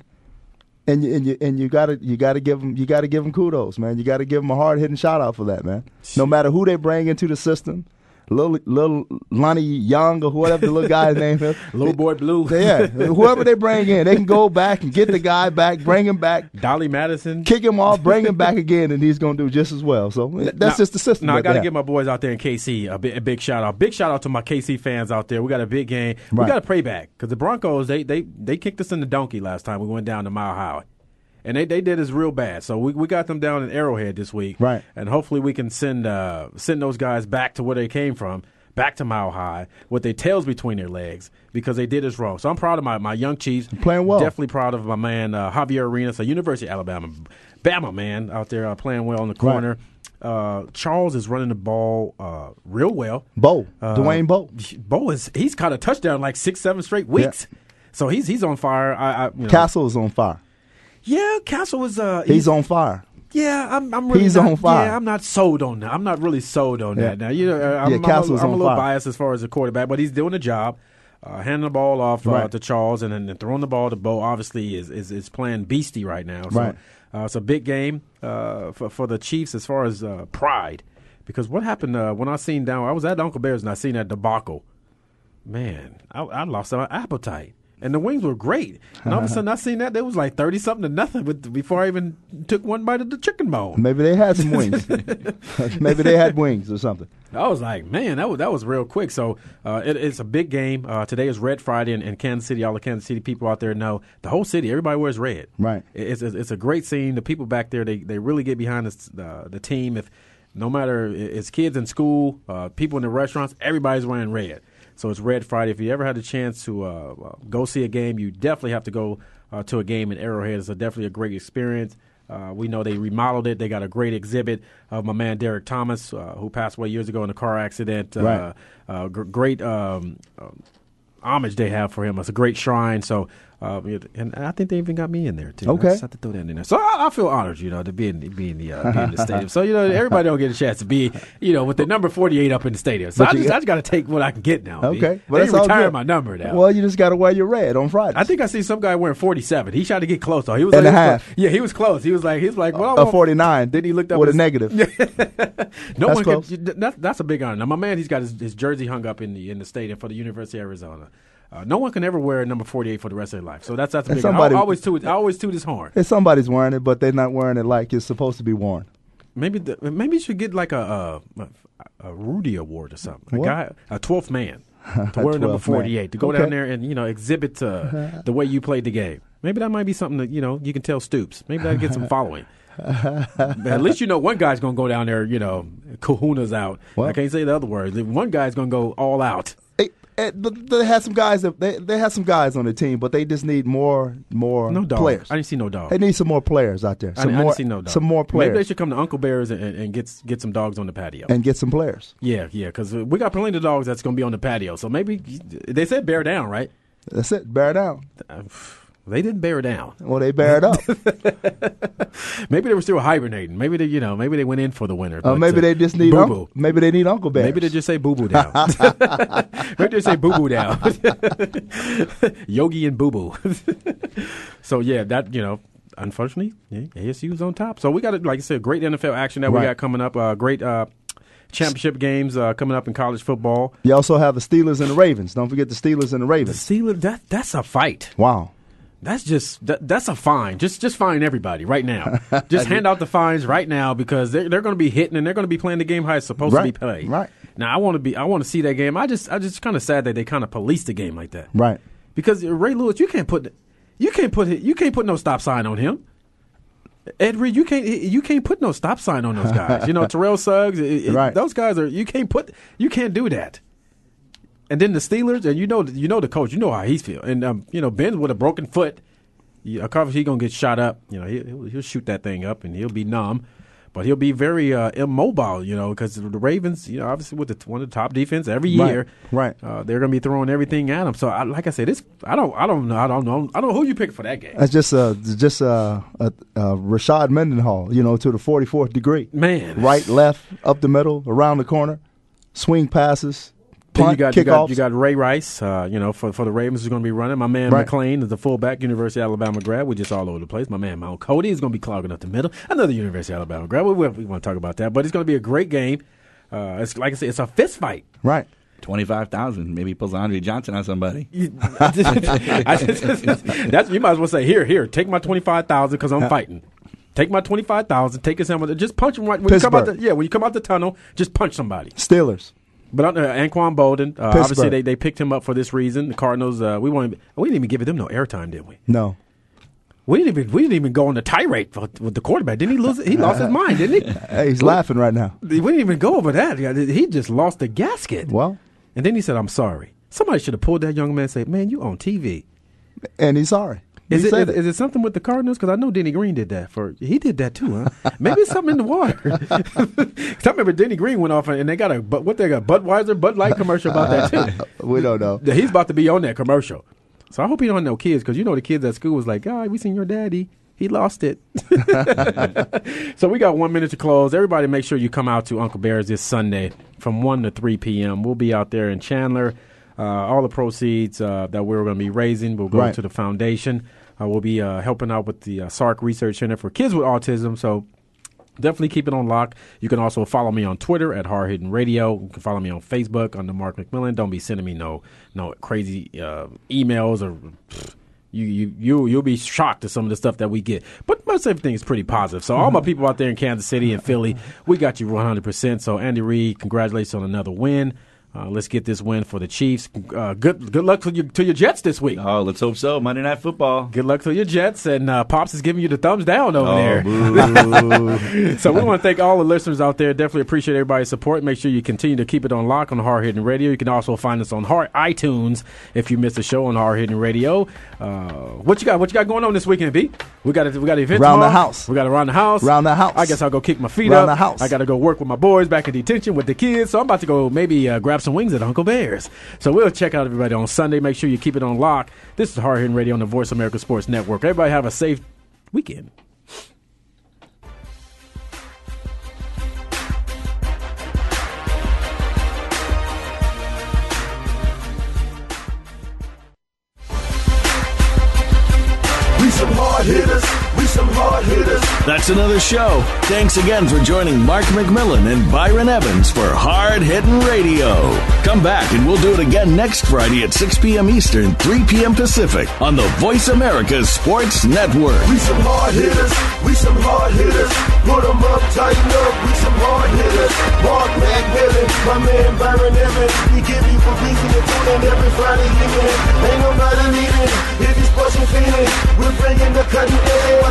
Speaker 4: And you, and you and you gotta you gotta give them you gotta give 'em kudos, man. You gotta give them a hard hitting shout out for that, man. No matter who they bring into the system, little little Lonnie Young or whatever the little guy's name is,
Speaker 3: Little boy blue.
Speaker 4: yeah, whoever they bring in, they can go back and get the guy back, bring him back,
Speaker 3: Dolly Madison.
Speaker 4: kick him off, bring him back again, and he's gonna do just as well. So that's
Speaker 3: Now-
Speaker 4: just the system.
Speaker 3: Now I
Speaker 4: that they
Speaker 3: got to
Speaker 4: have.
Speaker 3: give my boys out there in KC a, bi- a big shout out. Big shout out to my KC fans out there. We got a big game.
Speaker 4: Right.
Speaker 3: We got to pray back because the Broncos they they they kicked us in the donkey last time we went down to Mile High, and they they did us real bad. So we we got them down in Arrowhead this week,
Speaker 4: Right.
Speaker 3: And hopefully we can send uh send those guys back to where they came from. Back to Mile High with their tails between their legs because they did us wrong. So I'm proud of my, my young Chiefs.
Speaker 4: Playing well.
Speaker 3: Definitely proud of my man uh, Javier Arenas, a University of Alabama, Bama man out there uh, playing well in the corner. Uh, Charles is running the ball uh, real well.
Speaker 4: Bo,
Speaker 3: Uh,
Speaker 4: Dwayne Bo.
Speaker 3: Bo is he's caught a touchdown like six, seven straight weeks. So he's he's on fire. I, I you know.
Speaker 4: Castle is on fire.
Speaker 3: yeah, Castle was uh,
Speaker 4: He's on fire.
Speaker 3: yeah. I'm, I'm really
Speaker 4: he's
Speaker 3: not-
Speaker 4: on fire.
Speaker 3: Yeah, I'm not sold on that. I'm not really sold on
Speaker 4: Yeah.
Speaker 3: that. Now you know, uh, I'm,
Speaker 4: Yeah,
Speaker 3: I'm a-
Speaker 4: Castle's
Speaker 3: I'm a
Speaker 4: on
Speaker 3: little
Speaker 4: fire.
Speaker 3: biased as far as a quarterback, but he's doing the job. uh, handing the ball off uh,
Speaker 4: Right.
Speaker 3: to Charles and then throwing the ball to Bo. Obviously, is is, is playing beastie right now. So,
Speaker 4: Right.
Speaker 3: uh, it's a big game uh, for for the Chiefs as far as uh, pride, because what happened uh, when I seen down? I was at Uncle Bear's and I seen that debacle. Man, I, I lost my appetite. And the wings were great. And all of a sudden, I seen that they was like thirty something to nothing with, before I even took one bite of the chicken bone.
Speaker 4: Maybe they had some wings. Maybe they had wings or something.
Speaker 3: I was like, man, that was that was real quick. So uh, it, it's a big game. Uh, today is Red Friday in, in Kansas City. All the Kansas City people out there know the whole city. Everybody wears red.
Speaker 4: Right.
Speaker 3: It- It's it's, it's a great scene. The people back there, they, they really get behind this, uh, the team. If no matter i- it's kids in school, uh, people in the restaurants, everybody's wearing red. So it's Red Friday. If you ever had a chance to uh, uh, go see a game, you definitely have to go uh, to a game in Arrowhead. It's a, definitely a great experience. Uh, we know they remodeled it. They got a great exhibit of my man Derek Thomas, uh, who passed away years ago in a car accident. Uh,
Speaker 4: Right.
Speaker 3: uh, gr- great um, um, homage they have for him. It's a great shrine. So, uh, it- and I think they even got me in there too.
Speaker 4: Okay.
Speaker 3: I just have to throw that in there. So I, I feel honored, you know, to be in be in the uh, be in the stadium. So you know, everybody don't get a chance to be, you know, with the number forty eight up in the stadium. So
Speaker 4: But
Speaker 3: I
Speaker 4: you
Speaker 3: just,
Speaker 4: got-
Speaker 3: I just got to take what I can get now. B.
Speaker 4: Okay.
Speaker 3: they
Speaker 4: that's all
Speaker 3: retired
Speaker 4: good.
Speaker 3: my number now.
Speaker 4: Well, you just got to wear your red on Friday.
Speaker 3: I think I see some guy wearing forty seven. He tried to get close though. He was
Speaker 4: And
Speaker 3: like,
Speaker 4: a
Speaker 3: he was
Speaker 4: half.
Speaker 3: close. Yeah, he was close. He was like, he was like, Oh, well, I
Speaker 4: A
Speaker 3: want-
Speaker 4: 49.
Speaker 3: Then he looked up
Speaker 4: with a
Speaker 3: his-
Speaker 4: negative.
Speaker 3: no
Speaker 4: That's
Speaker 3: one could-
Speaker 4: close.
Speaker 3: you- that- that's a big honor. Now, my man, he's got his, his jersey hung up in the in the stadium for the University of Arizona. Uh, no one can ever wear number forty eight for the rest of their life. So that's that's a
Speaker 4: And
Speaker 3: big. honor.
Speaker 4: somebody-
Speaker 3: I always toot I always toot his horn.
Speaker 4: If somebody's wearing it, but they're not wearing it like it's supposed to be worn.
Speaker 3: Maybe the, maybe you should get like a a, a Rudy Award or something. A
Speaker 4: What?
Speaker 3: guy, a twelfth man to wear number
Speaker 4: 12th man.
Speaker 3: forty eight to go
Speaker 4: Okay.
Speaker 3: down there and you know exhibit uh, the way you played the game. Maybe that might be something that you know you can tell Stoops. Maybe that'll get some following. At least you know one guy's gonna go down there. You know, Kahuna's out. I can't say the other words. One guy's gonna go all out.
Speaker 4: Eh, but they had some guys. That, they they had some guys on the team, but they just need more more
Speaker 3: No dogs.
Speaker 4: players.
Speaker 3: I didn't see no dogs.
Speaker 4: They need some more players out there.
Speaker 3: Oh. I
Speaker 4: Some
Speaker 3: didn't- I
Speaker 4: more
Speaker 3: didn't see no dogs.
Speaker 4: some more
Speaker 3: Maybe they
Speaker 4: players
Speaker 3: should come to Uncle Bear's and, and, and get s- get some dogs on the patio.
Speaker 4: and get some players.
Speaker 3: yeah, yeah, because we got plenty of dogs that's going to be on the patio. So maybe they said bear down, right?
Speaker 4: That's it. Bear down.
Speaker 3: Uh, They didn't bear down.
Speaker 4: Well, they bear it up.
Speaker 3: Maybe they were still hibernating. Maybe they, you know, maybe they went in for the winter.
Speaker 4: Uh,
Speaker 3: but,
Speaker 4: maybe
Speaker 3: uh,
Speaker 4: they just need
Speaker 3: boo
Speaker 4: uncle,
Speaker 3: boo.
Speaker 4: maybe they need Uncle Bears.
Speaker 3: Maybe they just say boo boo down. maybe they say boo boo down. Yogi and boo boo. so yeah, that you know, unfortunately, yeah, ASU's on top. So we got like I said, great NFL action that we
Speaker 4: Right.
Speaker 3: got coming up. Uh, great uh, championship games uh, coming up in college football.
Speaker 4: You also have the Steelers and the Ravens. Don't forget the Steelers and the Ravens.
Speaker 3: Steelers, that that's a fight.
Speaker 4: Wow.
Speaker 3: That's just that, that's a fine. Just just fine everybody right now. just hand out the fines right now because they're they're going to be hitting and they're going to be playing the game how it's supposed to be
Speaker 4: Right,
Speaker 3: played.
Speaker 4: right.
Speaker 3: Now I want to be I want to see that game. I just I just kind of sad that they kind of police the game like that.
Speaker 4: Right.
Speaker 3: Because Ray Lewis, you can't put you can't put you can't put no stop sign on him. Ed Reed, you can't you can't put no stop sign on those guys. you know Terrell Suggs, it- it-
Speaker 4: Right.
Speaker 3: those guys are you can't put you can't do that. And then the Steelers, and you know, you know the coach, you know how he's feeling. And um, you know, Ben with a broken foot, you- obviously he's gonna get shot up. You know, he, he'll, he'll shoot that thing up, and he'll be numb, but he'll be very uh, immobile. You know, because the Ravens, you know, obviously with the, one of the top defense every
Speaker 4: Right,
Speaker 3: year,
Speaker 4: right.
Speaker 3: Uh, they're gonna be throwing everything at him. So, I, like I said, it's I don't, I don't know, I don't know, I don't know who you pick for that game.
Speaker 4: That's just uh just uh, uh, uh Rashad Mendenhall, you know, to the 44th degree.
Speaker 3: Man.
Speaker 4: right, left, up the middle, around the corner, swing passes,
Speaker 3: Then
Speaker 4: punt,
Speaker 3: you got, you
Speaker 4: kickoffs.
Speaker 3: got you got Ray Rice, uh, you know, for, for the Ravens is going to be running. My man
Speaker 4: Right.
Speaker 3: McLean is the fullback, University of Alabama grad. We're just all over the place. My man Mount Cody is going to be clogging up the middle. Another University of Alabama grad. We, we, we want to talk about that, but it's going to be a great game. Uh, it's like I said, it's a fist fight.
Speaker 4: right.
Speaker 7: 25,000. Maybe he pulls Andre Johnson on somebody.
Speaker 3: I just- that's you might as well say here, here, take my twenty five thousand because
Speaker 4: Uh,
Speaker 3: I'm fighting. Take my twenty five thousand. Take it somewhere. Just punch him right when you come out.
Speaker 4: Pittsburgh.
Speaker 3: The, yeah, when you come out the tunnel, just punch somebody.
Speaker 4: Steelers.
Speaker 3: But uh, Anquan Bolden, uh,
Speaker 4: Pittsburgh.
Speaker 3: obviously they, they picked him up for this reason. The Cardinals, uh, we won't, we didn't even give them no airtime, did we?
Speaker 4: No.
Speaker 3: We didn't even we didn't even go on the tirade for, with the quarterback. Didn't he lose? He lost his mind, didn't
Speaker 4: Hey, he's laughing right now.
Speaker 3: he? We didn't even go over that. Yeah, He just lost the gasket.
Speaker 4: Well,
Speaker 3: And then he said, "I'm sorry." Somebody should have pulled that young man and said, "Man, you on TV."
Speaker 4: and he's sorry.
Speaker 3: Is
Speaker 4: he
Speaker 3: it,
Speaker 4: said
Speaker 3: is, is it something with the Cardinals? Because I know Denny Green did that for he did that too, huh? Maybe it's something in the water. 'Cause I remember Denny Green went off and they got a but what they got Budweiser Bud Light commercial about that too.
Speaker 4: we don't know.
Speaker 3: that he's about to be on that commercial. So I hope he don't have no kids because you know the kids at school was like, "God, we seen your daddy. He lost it." so we got one minute to close. Everybody, make sure you come out to Uncle Bear's this Sunday from one to three p.m. We'll be out there in Chandler. Uh, Uh, all the proceeds uh, that we're going to be raising will go
Speaker 4: Right.
Speaker 3: to the foundation. Uh, we'll be uh, helping out with the uh, SARC Research Center for Kids with Autism. So definitely keep it on lock. You can also follow me on Twitter at Hard Hidden Radio. You can follow me on Facebook under Mark McMillan. Don't be sending me no no crazy uh, emails or. pfft, you, you you you'll be shocked at some of the stuff that we get, but most everything is pretty positive. So all my people out there in Kansas City and Philly, we got you 100. percent So Andy Reid, congratulations on another win. Uh, let's get this win for the Chiefs. Uh, good good luck to your, to your Jets this week.
Speaker 7: Oh, let's hope so. Monday Night Football.
Speaker 3: Good luck to your Jets, and uh, Pops is giving you the thumbs down over
Speaker 7: Oh,
Speaker 3: there.
Speaker 7: boo.
Speaker 3: so we want to thank all the listeners out there. Definitely appreciate everybody's support. Make sure you continue to keep it on lock on Hard Hitting Radio. You can also find us on Hard iTunes if you missed a show on Hard Hitting Radio. Uh, what you got? What you got going on this weekend, B? We got a, we got an event
Speaker 4: Round the
Speaker 3: tomorrow.
Speaker 4: house.
Speaker 3: We got around the house.
Speaker 4: Round the house.
Speaker 3: I guess I'll go kick my feet
Speaker 4: Round
Speaker 3: up.
Speaker 4: the house.
Speaker 3: I got to go work with my boys back in detention with the kids. So I'm about to go maybe uh, grab some wings at Uncle Bear's. So we'll check out everybody on Sunday. Make sure you keep it on lock. This is Hard Hitting Radio on the Voice America Sports Network. Everybody have a safe weekend.
Speaker 2: We some hard hitters. We some hard hitters.
Speaker 11: That's another show. Thanks again for joining Mark McMillan and Byron Evans for Hard Hitting Radio. Come back and we'll do it again next Friday at 6 p.m. Eastern, 3 p.m. Pacific on the Voice America Sports Network.
Speaker 2: We some hard hitters. We some hard hitters. Put 'em up, tighten up. We some hard hitters. Mark McMillan, my man Byron Evans. We give you a reason to tune in every Friday evening. Ain't nobody leaving. If you're pushing feeling, we're bringing the cutting edge. What